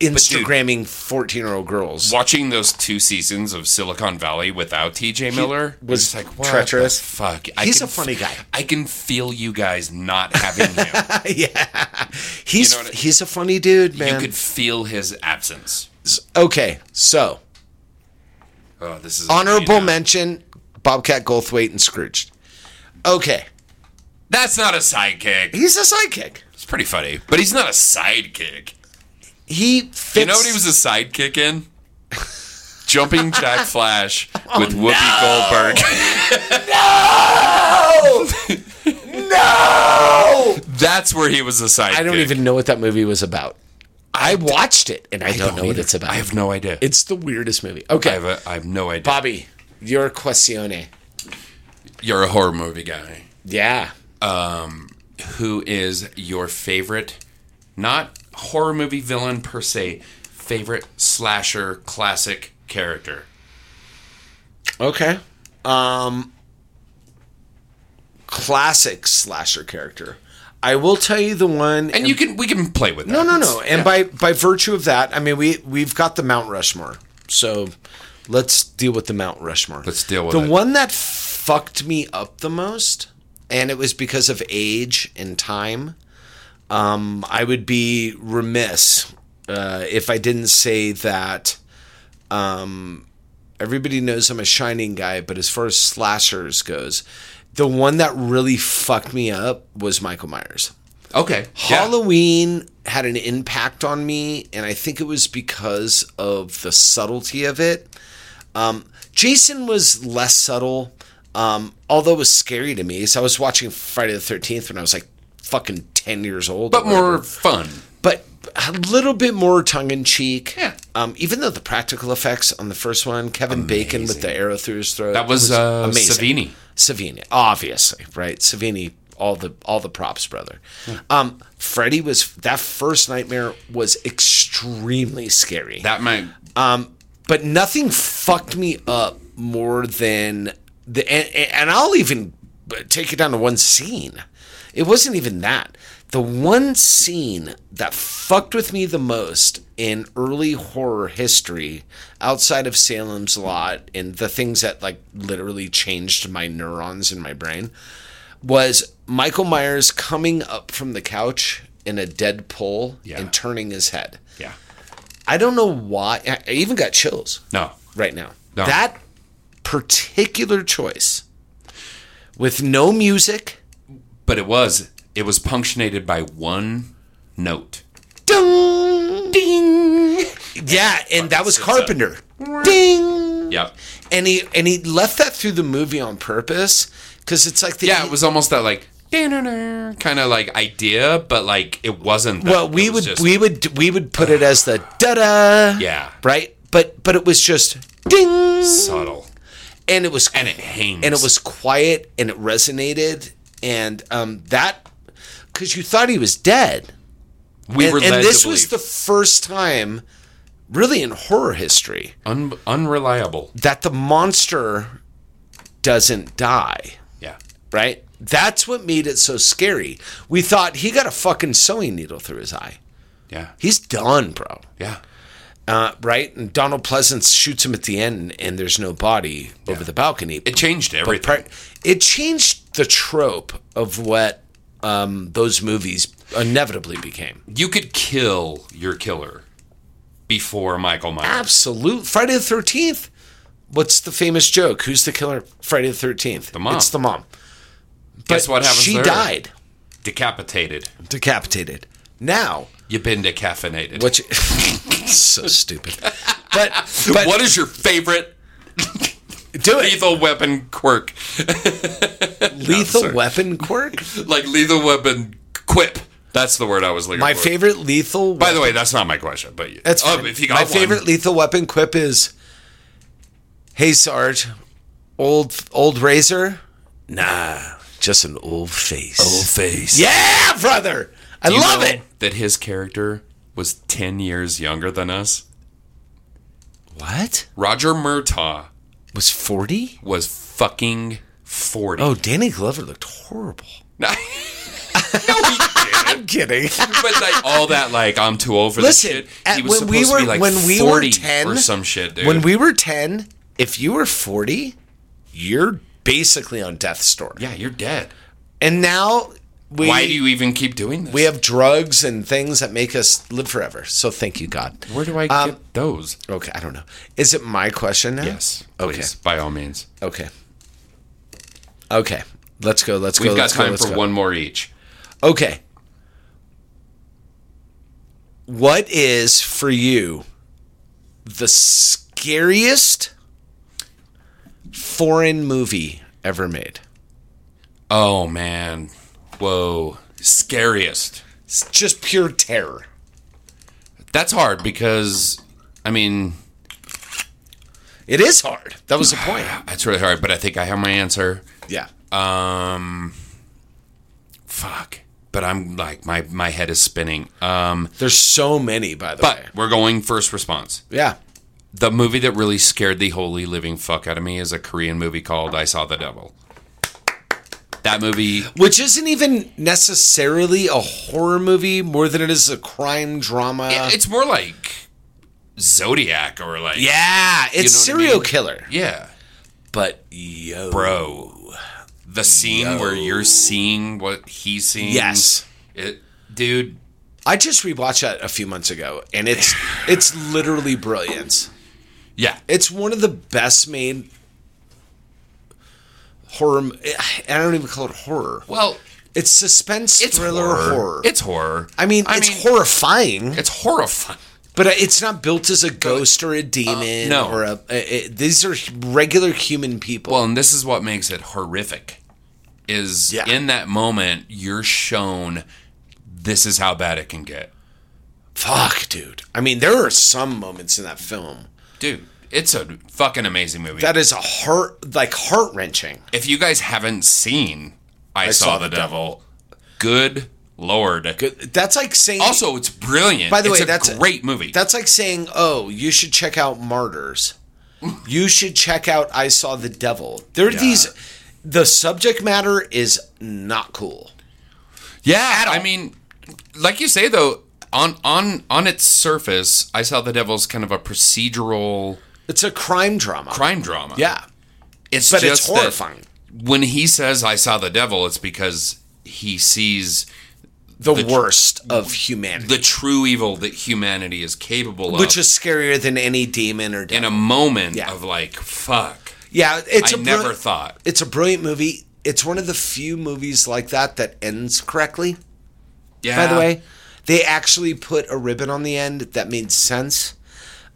Instagramming fourteen-year-old girls.
Watching those two seasons of Silicon Valley without TJ Miller
was
it's like what
treacherous.
The fuck,
He's
can
a funny guy.
I can feel you guys not having him.
yeah, he's
know what I-
he's a funny dude,
you
man.
could feel his absence.
okay, so
Oh, this is
honorable
you know.
mention: Bobcat Goldthwait and Scrooge. Okay,
That's not a sidekick.
he's a sidekick.
It's pretty funny, but he's not a sidekick.
He fits.
You know what he was a sidekick in? Jumping Jack Flash with Whoopi Goldberg.
No,
That's where he was a sidekick.
I don't even know what that movie was about. I watched it and I, don't, know what
either.
it's about.
I have no idea.
It's the weirdest movie. Okay,
I have, a, I have no idea.
Bobby, your questione.
You're a horror movie guy.
Yeah.
Who is your favorite, not horror movie villain per se, favorite slasher classic character?
Okay. Um classic slasher character. I will tell you the one
And you can we can play with that.
No, no, no.
It's-
And
yeah.
by by virtue of that, I mean we we've got the Mount Rushmore. So let's deal with the Mount Rushmore.
Let's deal with
the
it.
one that fucked me up the most, and it was because of age and time. Um, I would be remiss uh, if I didn't say that. Um, everybody knows I'm a shining guy, but as far as slashers goes, the one that really fucked me up was Michael Myers.
okay. yeah.
Halloween had an impact on me, and I think it was because of the subtlety of it. Um, Jason was less subtle, um, although it was scary to me. So I was watching Friday the Thirteenth when I was like fucking ten years old,
but
or whatever.
more fun.
but a little bit more tongue in cheek.
Yeah.
Um, even though the practical effects on the first one, Kevin Bacon with the arrow through his throat,
That was, uh, Savini.
Savini, obviously, right? Savini, all the all the props, brother. Um, Freddy was that first nightmare was extremely scary,
That might
Um, but nothing fucked me up more than the and, and I'll even take it down to one scene. It wasn't even that. The one scene that fucked with me the most in early horror history outside of Salem's Lot and the things that like literally changed my neurons in my brain was Michael Myers coming up from the couch in a dead pull
Yeah.
and turning his head.
yeah.
I don't know why. I I even got chills
No.
right now.
No.
That particular choice with no music,
But it was it was punctuated by one note.
ding, ding. Yeah, and that was
sits up.
Carpenter. Ding.
Yep.
And he and he left that through the movie on purpose because it's like the
Yeah, it was almost that like kind of like idea, but like it wasn't. That.
well
It
uh, we would
was just-
we would we would put it as the da da
Yeah.
right but but it was just ding
subtle
and it was
and it hangs
and it was quiet and it resonated and um, that because you thought he was dead
we
and,
were
and
led
this
to
was the
believe.
first time really in horror history
Un- unreliable.
that the monster doesn't die
Yeah,
right that's what made it so scary we thought he got a fucking sewing needle through his eye
yeah,
he's done bro
yeah.
uh, right and donald pleasance shoots him at the end and there's no body over the balcony
It changed
But
everything.
pri- it changed the trope of what um, those movies inevitably became.
you could kill your killer before Michael Myers.
Ah. Absolute Friday the Thirteenth. What's the famous joke? Who's the killer? Friday the Thirteenth. The
mom.
It's the mom. But
Guess what happens?
She
to her?
died,
decapitated.
decapitated. Now,
You've been decaffeinated.
what? You, so stupid. But, but
what is your favorite
do it?
lethal weapon quirk?
Lethal Weapon quirk.
Like lethal weapon quip. That's the word I was looking
My
for.
favorite lethal.
By the way, that's not my question, but
That's
Oh,
fine.
if you got
my
one.
favorite Lethal Weapon quip is, "Hey Sarge, old old razor? Nah, just an old face. Old face. Yeah, brother, I
Do you
love
know
it.
That his character was 10 years younger than us.
What
Roger Murtaugh
was forty?
was fucking 40.
Oh, Danny Glover looked horrible.
No, he didn't.
I'm kidding.
But like all that, like I'm too old for
Listen,
this shit.
at-
He was
when we
supposed to
were-
be like
when we were
40
10,
or some shit, dude.
When we were 10, if you were 40, you're basically on death's door.
yeah, you're dead.
And now we
Why do you even keep doing this?
we have drugs and things that make us live forever. So thank you, God.
Where do I
Um,
get those?
Okay, I don't know. Is it my question now?
Yes,
Okay.
please, by all means.
Okay. Okay. Let's go. Let's
We've
go.
got
let's go,
time
let's
for
go.
one more each.
Okay. What is for you the scariest foreign movie ever made?
Oh man, whoa, scariest.
It's just pure terror.
That's hard because I mean
It is hard. That was the point.
that's really hard. But I think I have my answer.
Yeah.
Fuck. But I'm like my my head is spinning. Um,
There's so many, by the way.
but we're going first response.
Yeah.
The movie that really scared the holy living fuck out of me is a Korean movie called I Saw the Devil. That movie
Which isn't even necessarily a horror movie more than it is a crime drama.
it- it's more like Zodiac or like
Uh. yeah, it's
You know what I
serial
mean?
killer.
yeah.
But yo.
bro. The scene where you're seeing what he's seeing.
Yes.
It, dude,
I just rewatched that a few months ago, and it's it's literally brilliant.
yeah.
It's one of the best made horror. m- I don't even call it horror.
Well,
It's suspense
it's
thriller horror.
It's horror.
I mean, it's horrifying,
It's horrifying.
but uh, it's not built as a ghost or a demon
Uh, no.
or a. a- a- these are regular human people.
Well, and this is what makes it horrific. Is
Yeah.
in that moment you're shown this is how bad it can get,
Fuck, dude. I mean, there are some moments in that film
dude. It's a fucking amazing movie.
that is a heart like heart wrenching.
if you guys haven't seen, I, saw, the, devil. Good lord.
That's like saying
Also, it's brilliant.
By the
It's
way,
a
that's
great movie.
That's like saying, "Oh, you should check out Martyrs. you should check out I Saw the Devil." There are these. The subject matter is not cool.
Yeah, I mean, like you say though, on on on its surface, I saw the devil's kind of a procedural
It's a crime drama.
crime drama.
Yeah,
it's
but it's
just that
horrifying.
when he says "I saw the devil," it's because he sees
The,
the tr-
worst of humanity,
the true evil that humanity is capable of,
which is scarier than any demon or
in
devil.
a moment
Yeah.
of like, "Fuck."
yeah, it's
I
a
never
brilli-
thought.
It's a brilliant movie. It's one of the few movies like that that ends correctly.
Yeah.
by the way. They actually put a ribbon on the end that made sense.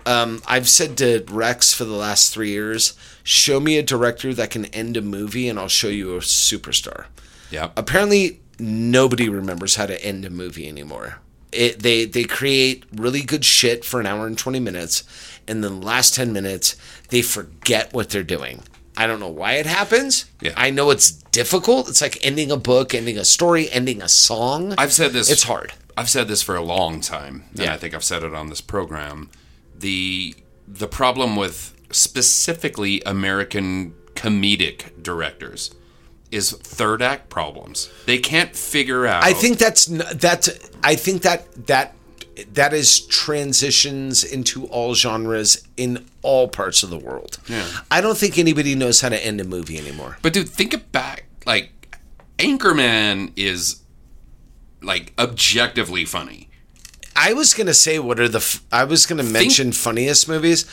Um, I've said to Rex for the last three years, show me a director that can end a movie and I'll show you a superstar.
Yeah.
Apparently, nobody remembers how to end a movie anymore. It, they they create really good shit for an hour and 20 minutes and then the last 10 minutes they forget what they're doing. I don't know why it happens.
Yeah.
I know it's difficult. It's like ending a book, ending a story, ending a song.
I've said this.
It's hard.
I've said this for a long time, and I think I've said it on this program. The the problem with specifically American comedic directors is third act problems. They can't figure out.
I think that's n- that's I think that that that is transitions into all genres in all parts of the world. Yeah. I don't think anybody knows how to end a movie anymore.
But dude, think about like Anchorman is like objectively funny.
I was going to say what are the f- I was going to mention funniest movies.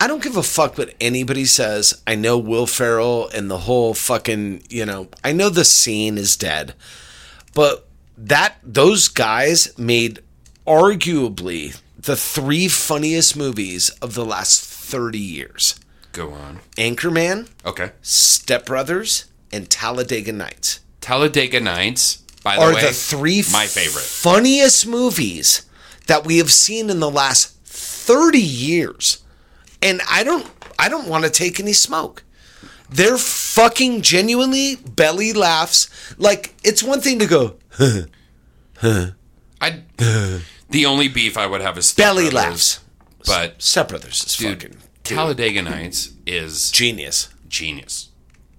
I don't give a fuck what anybody says. I know Will Ferrell and the whole fucking, you know, I know the scene is dead. But that those guys made arguably the three funniest movies of the last 30 years.
Go on.
Anchorman,
Okay.
Step Brothers, and Talladega Nights
Talladega Nights. By the
are
way,
the three
my
f-
favorite.
funniest movies that we have seen in the last 30 years. And I don't I don't want to take any smoke. They're fucking genuinely belly laughs. Like it's one thing to go
I. The only beef I would have is Step
belly
Brothers,
laughs.
but
Step Brothers is
Dude,
fucking
Talladega Nights is
genius.
genius.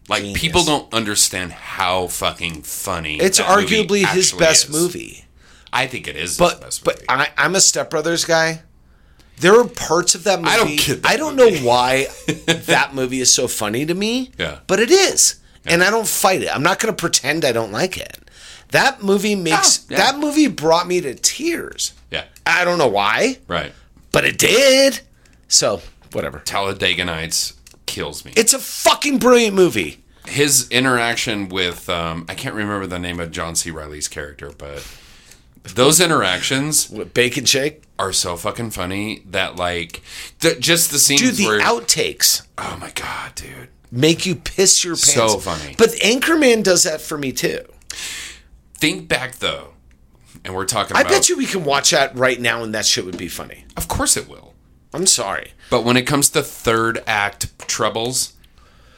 Like
Genius.
people don't understand how fucking funny.
It's
that movie
arguably his
actually
best
is.
movie.
I think it is his
But
best
but
movie.
I, I'm a Step Brothers guy. There are parts of that movie.
I don't get that
I don't know why that movie is so funny to me.
Yeah.
But it is, and I don't fight it. I'm not going to pretend I don't like it. That movie makes
yeah.
that movie brought me to tears.
yeah,
I don't know why,
right.
but it did. So whatever.
Talladega Nights kills me.
It's a fucking brilliant movie.
his interaction with um, I can't remember the name of John C. Riley's character, but those interactions
What, Bacon Shake,
are so fucking funny that like th- just the scenes
dude. The
where
outtakes
oh my god, dude.
make you piss your pants.
So funny.
But Anchorman does that for me too.
Think back though, and we're talking.
I
about,
bet you we can watch that right now, and that shit would be funny.
Of course it will.
I'm sorry.
But when it comes to third act troubles,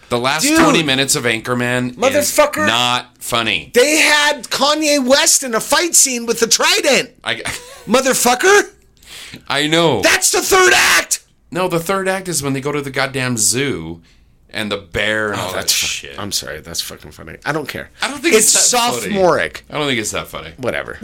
the last
Dude.
twenty minutes of Anchorman
Motherfucker.
is not funny.
They had Kanye West in a fight scene with the trident,
I
motherfucker.
I know.
That's the third act.
no, the third act is when they go to the goddamn zoo and the bear
Oh,
and all that shit.
I'm sorry. That's fucking funny. I don't care.
I don't think
it's,
it's that funny.
sophomoric.
I don't think it's that funny.
Whatever.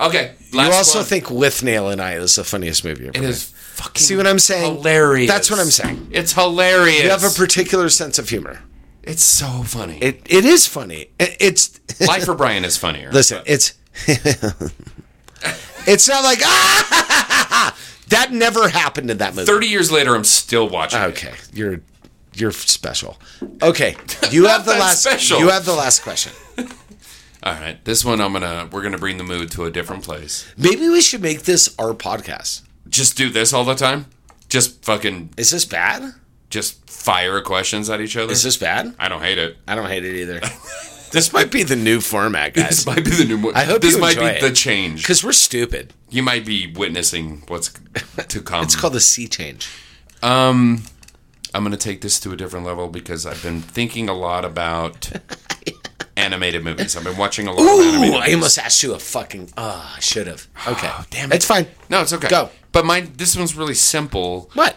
Okay.
You
last
also
one.
think With Nail and I is the funniest movie ever.
it
made.
is fucking
See what I'm saying?
Hilarious.
That's what I'm saying.
It's hilarious.
You have a particular sense of humor.
it's so funny.
It it is funny. It, it's
Life for Brian is funnier.
listen. It's it's not like ah. that never happened in that movie.
30 years later, I'm still watching. it.
Okay, you're you're special. Okay, you have the
that
last.
special.
You have the last question.
All right. This one, I'm gonna we're gonna bring the mood to a different place.
Maybe we should make this our podcast.
Just do this all the time. Just fucking
Is this bad?
just fire questions at each other.
Is this bad?
I don't hate it.
I don't hate it either. this might be the new format,
This
guys.
might be the new. mo-
I hope
this
you
might be
enjoy it.
the change.
Because we're stupid.
You might be witnessing what's to come.
It's called a sea change.
Um, I'm gonna take this to a different level because I've been thinking a lot about animated movies. I've been watching a lot of animated
Ooh,
movies.
I almost asked you a fucking. Ah, I should have. Okay, damn it. It's fine.
No, it's okay.
Go.
But mine. This one's really simple.
What?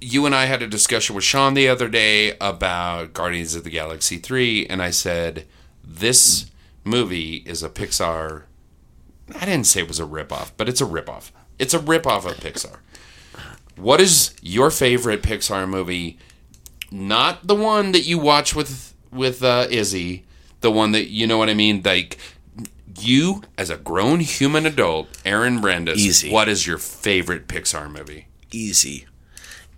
You and I had a discussion with Sean the other day about Guardians of the Galaxy three, and I said this movie is a Pixar. I didn't say it was a ripoff, but it's a ripoff. It's a ripoff of Pixar. What is your favorite Pixar movie? Not the one that you watch with with uh, Izzy, the one that you know what I mean. Like you, as a grown human adult, Aaron Brandis.
Easy.
What is your favorite Pixar movie?
Easy.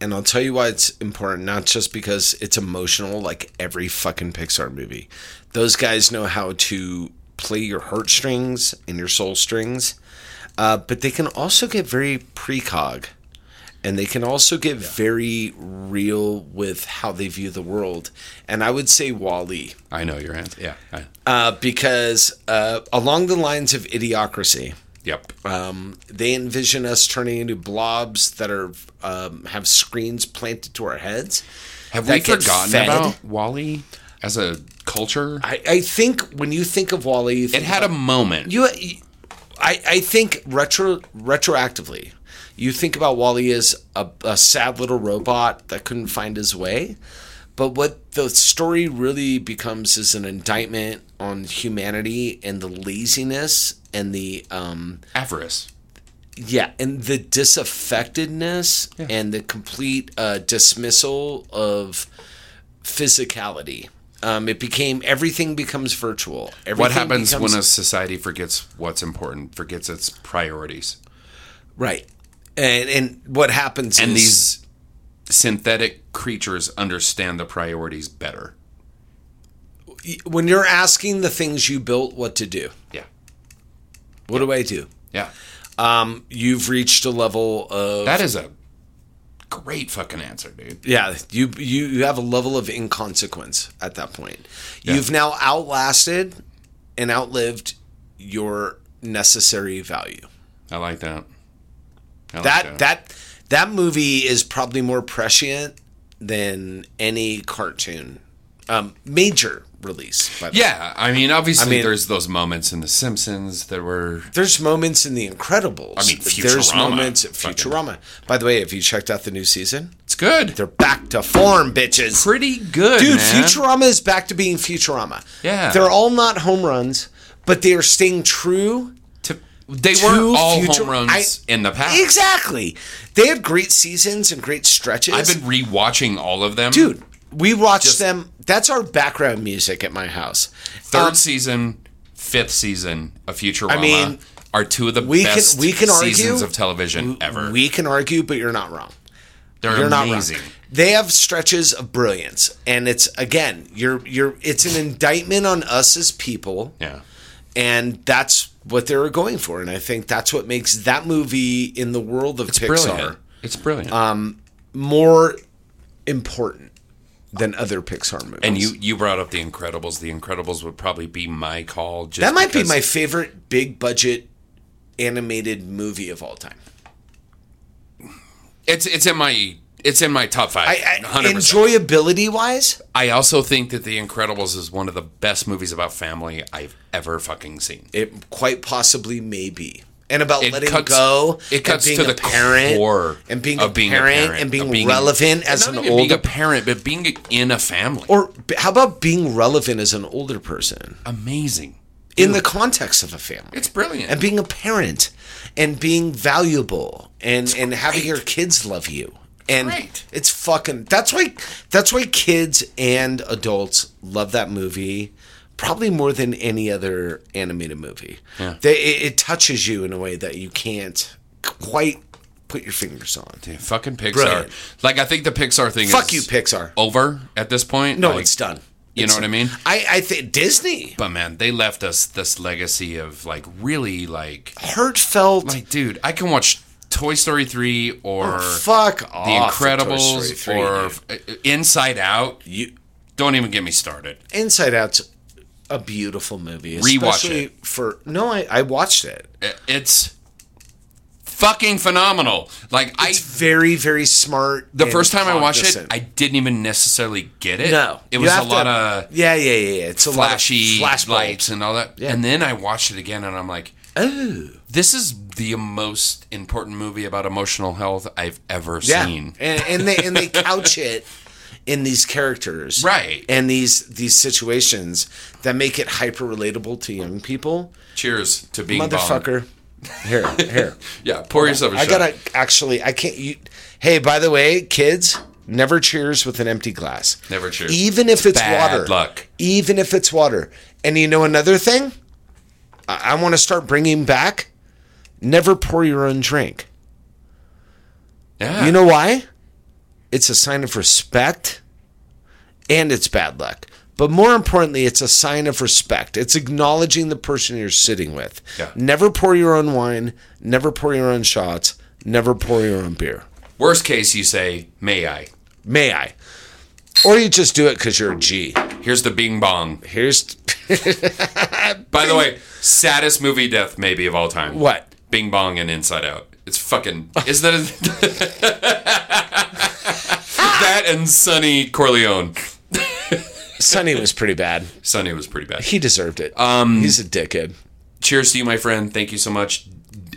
And I'll tell you why it's important, not just because it's emotional like every fucking Pixar movie. Those guys know how to play your heartstrings and your soul strings, uh, but they can also get very precog. And they can also get very real with how they view the world. And I would say Wally,
I know your answer. Yeah. I-
uh, because uh, along the lines of idiocracy,
yep.
um, they envision us turning into blobs that are um, have screens planted to our heads.
Have
that
we
get
forgotten
fed?
about Wally as a culture?
I, I think when you think of Wally, you
it
think
had a moment.
you. I, I think retro retroactively, you think about Wally as a, a sad little robot that couldn't find his way. But what the story really becomes is an indictment on humanity and the laziness and the um,
Avarice.
Yeah, and the disaffectedness and the complete uh, dismissal of physicality. Um, it became everything becomes virtual. Everything
What happens
becomes,
when a society forgets what's important, forgets its priorities?
right? And and what happens
And
is
these synthetic creatures understand the priorities better.
when you're asking the things you built what to do,
Yeah.
what do I do?
Yeah.
Um, you've reached a level of
That is a great fucking answer, dude.
yeah you you you have a level of inconsequence at that point you've now outlasted and outlived your necessary value
I like that. I like
that that that movie is probably more prescient than any cartoon um major release. But
Yeah, I mean, obviously,
I mean-
there's those moments in The Simpsons that were
there's moments in The Incredibles.
I mean,
There's
Futurama.
moments at
Fucking-
Futurama. By the way, have you checked out the new season?
it's good.
They're back to form, bitches.
pretty good,
Dude,
man.
Futurama is back to being Futurama.
Yeah.
They're all not home runs, but they are staying true.
To- they
to
weren't all
Futur-
home runs
I-
in the past.
Exactly. They had great seasons and great stretches.
I've been rewatching all of them.
Dude, we watched
Just-
them. That's our background music at my house.
third
Um,
season, fifth season of Futurama
I mean,
are two of the
we can-
best
we can argue-
seasons of television ever.
We can argue, but you're not wrong.
They're
You're
amazing.
not wrong. They have stretches of brilliance, and it's again, you're you're. It's an indictment on us as people,
Yeah.
and that's what they were going for. And I think that's what makes that movie in the world of
It's
Pixar
brilliant. It's brilliant.
Um, more important than other Pixar movies.
and you you brought up The Incredibles. The Incredibles would probably be my call. Just
that might be
because-
my favorite big budget animated movie of all time.
It's it's in my it's in my top five.
I, I
100%.
enjoyability wise,
I also think that The Incredibles is one of the best movies about family I've ever fucking seen.
it quite possibly may be. And about
It
letting
cuts-
go,
it
and
cuts
being
to
a
the
parent,
core
and being,
of
a,
being a
parent,
parent,
and being
of being-
relevant as
Not
an
even being
older
a parent, but being in a family.
or b- how about being relevant as an older person
Uh, Amazing.
in the context of a family?
It's brilliant.
and being a parent and being valuable and and having your kids love you and
great.
it's fucking that's why that's why kids and adults love that movie probably more than any other animated movie
Yeah.
they, it, it touches you in a way that you can't quite put your fingers on
Yeah, fucking Pixar.
Brilliant.
Like I think the Pixar thing
fuck you
is
pixar
over at this point.
no
Like,
it's done
You
It's
know what I mean?
i i think disney
But man, they left us this legacy of like really like
heartfelt
like dude, I can watch Toy Story 3 or
Oh, fuck
The
off with Toy Story
Incredibles
3,
or
dude.
uh, Inside Out.
you
Don't even get me started.
Inside Out's a beautiful movie.
Rewatch
especially
it.
for no, I, I watched it.
I- It's fucking phenomenal. Like I
It's very very smart.
the
and
first time I watched it,
cognizant.
I didn't even necessarily get it.
no,
It
You
was a
have
lot
to-
of
yeah yeah yeah. It's a
flashy
lot of flash
lights
bulbs.
and all that.
Yeah.
And then I watched it again and I'm like,
Oh
this is the most important movie about emotional health I've ever
yeah,
seen.
and, and they and they couch it in these characters,
Right.
And these these situations that make it hyper relatable to young people.
Cheers to being Bong.
Motherfucker, here here.
Yeah, pour yourself a
I
shot.
gotta actually. I can't. You, hey, by the way, kids, never cheers with an empty glass.
Never cheers.
Even if it's
Bad
water.
luck.
Even if it's water. And you know another thing, I, I want to start bringing back. Never pour your own drink.
yeah.
You know why? It's a sign of respect, and it's bad luck. But more importantly, it's a sign of respect. It's acknowledging the person you're sitting with.
Yeah.
Never pour your own wine. Never pour your own shots. Never pour your own beer.
worst case, you say, may I?
May I? Or you just do it because you're a G.
Here's the Bing Bong.
Here's
By the way, saddest movie death maybe of all time.
what?
Bing Bong and Inside Out. It's fucking. Is that a, that and Sonny Corleone?
Sonny was pretty bad.
Sonny was pretty bad.
He deserved it. Um, He's a dickhead.
Cheers to you, my friend. Thank you so much.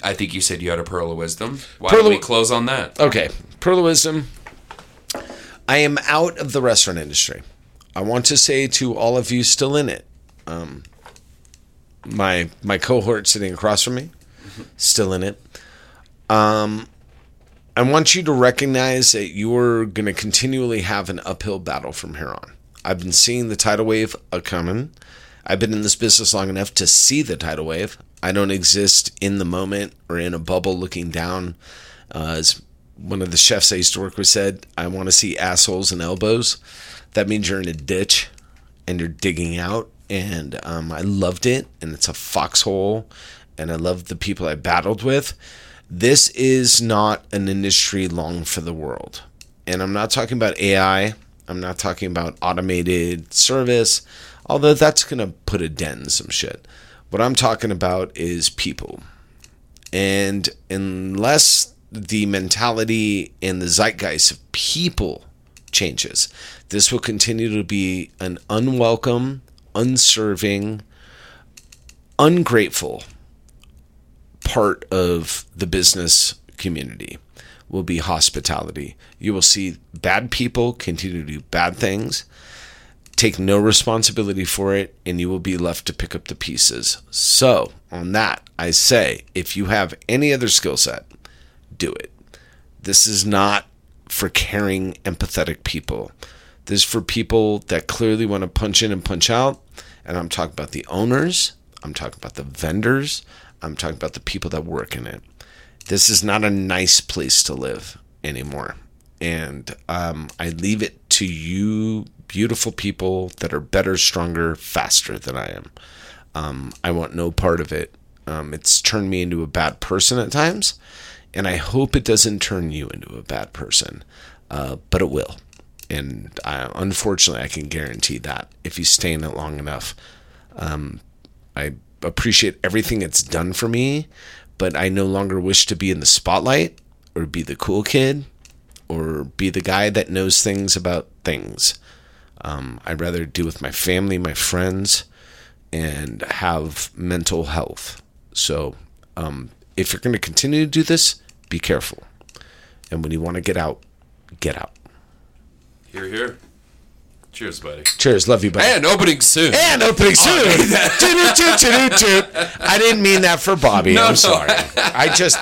I think you said you had a pearl of wisdom. Why
Pearl
don't we
of-
close on that?
Okay. Pearl of Wisdom. I am out of the restaurant industry. I want to say to all of you still in it, um, my my cohort sitting across from me, still in it. Um, I want you to recognize that you're going to continually have an uphill battle from here on. I've been seeing the tidal wave a coming. I've been in this business long enough to see the tidal wave. I don't exist in the moment or in a bubble looking down. Uh, as one of the chefs I used to work with said, I want to see assholes and elbows. That means you're in a ditch and you're digging out. And um, I loved it. And it's a foxhole. And I love the people I battled with. This is not an industry long for the world. And I'm not talking about AI. I'm not talking about automated service, although that's going to put a dent in some shit. What I'm talking about is people. And unless the mentality and the zeitgeist of people changes, this will continue to be an unwelcome, unserving, ungrateful part of the business community will be hospitality. You will see bad people continue to do bad things, take no responsibility for it, and you will be left to pick up the pieces. So, on that, I say if you have any other skill set, do it. This is not for caring, empathetic people. This is for people that clearly want to punch in and punch out. And I'm talking about the owners, I'm talking about the vendors, I'm talking about the people that work in it. This is not a nice place to live anymore. And um, I leave it to you, beautiful people that are better, stronger, faster than I am. Um, I want no part of it. Um, it's turned me into a bad person at times, and I hope it doesn't turn you into a bad person, uh, but it will. And I, unfortunately, I can guarantee that if you stay in it long enough. Um, I appreciate everything it's done for me, but I no longer wish to be in the spotlight or be the cool kid or be the guy that knows things about things. Um, I'd rather do with my family, my friends, and have mental health. So, um, if you're going to continue to do this, be careful. And when you want to get out, get out.
Here, here. Cheers, buddy.
Cheers. Love you, Oh, buddy.
And opening soon.
And opening soon. Toot, toot, toot, toot, toot. I didn't mean that for Bobby. I'm sorry. I just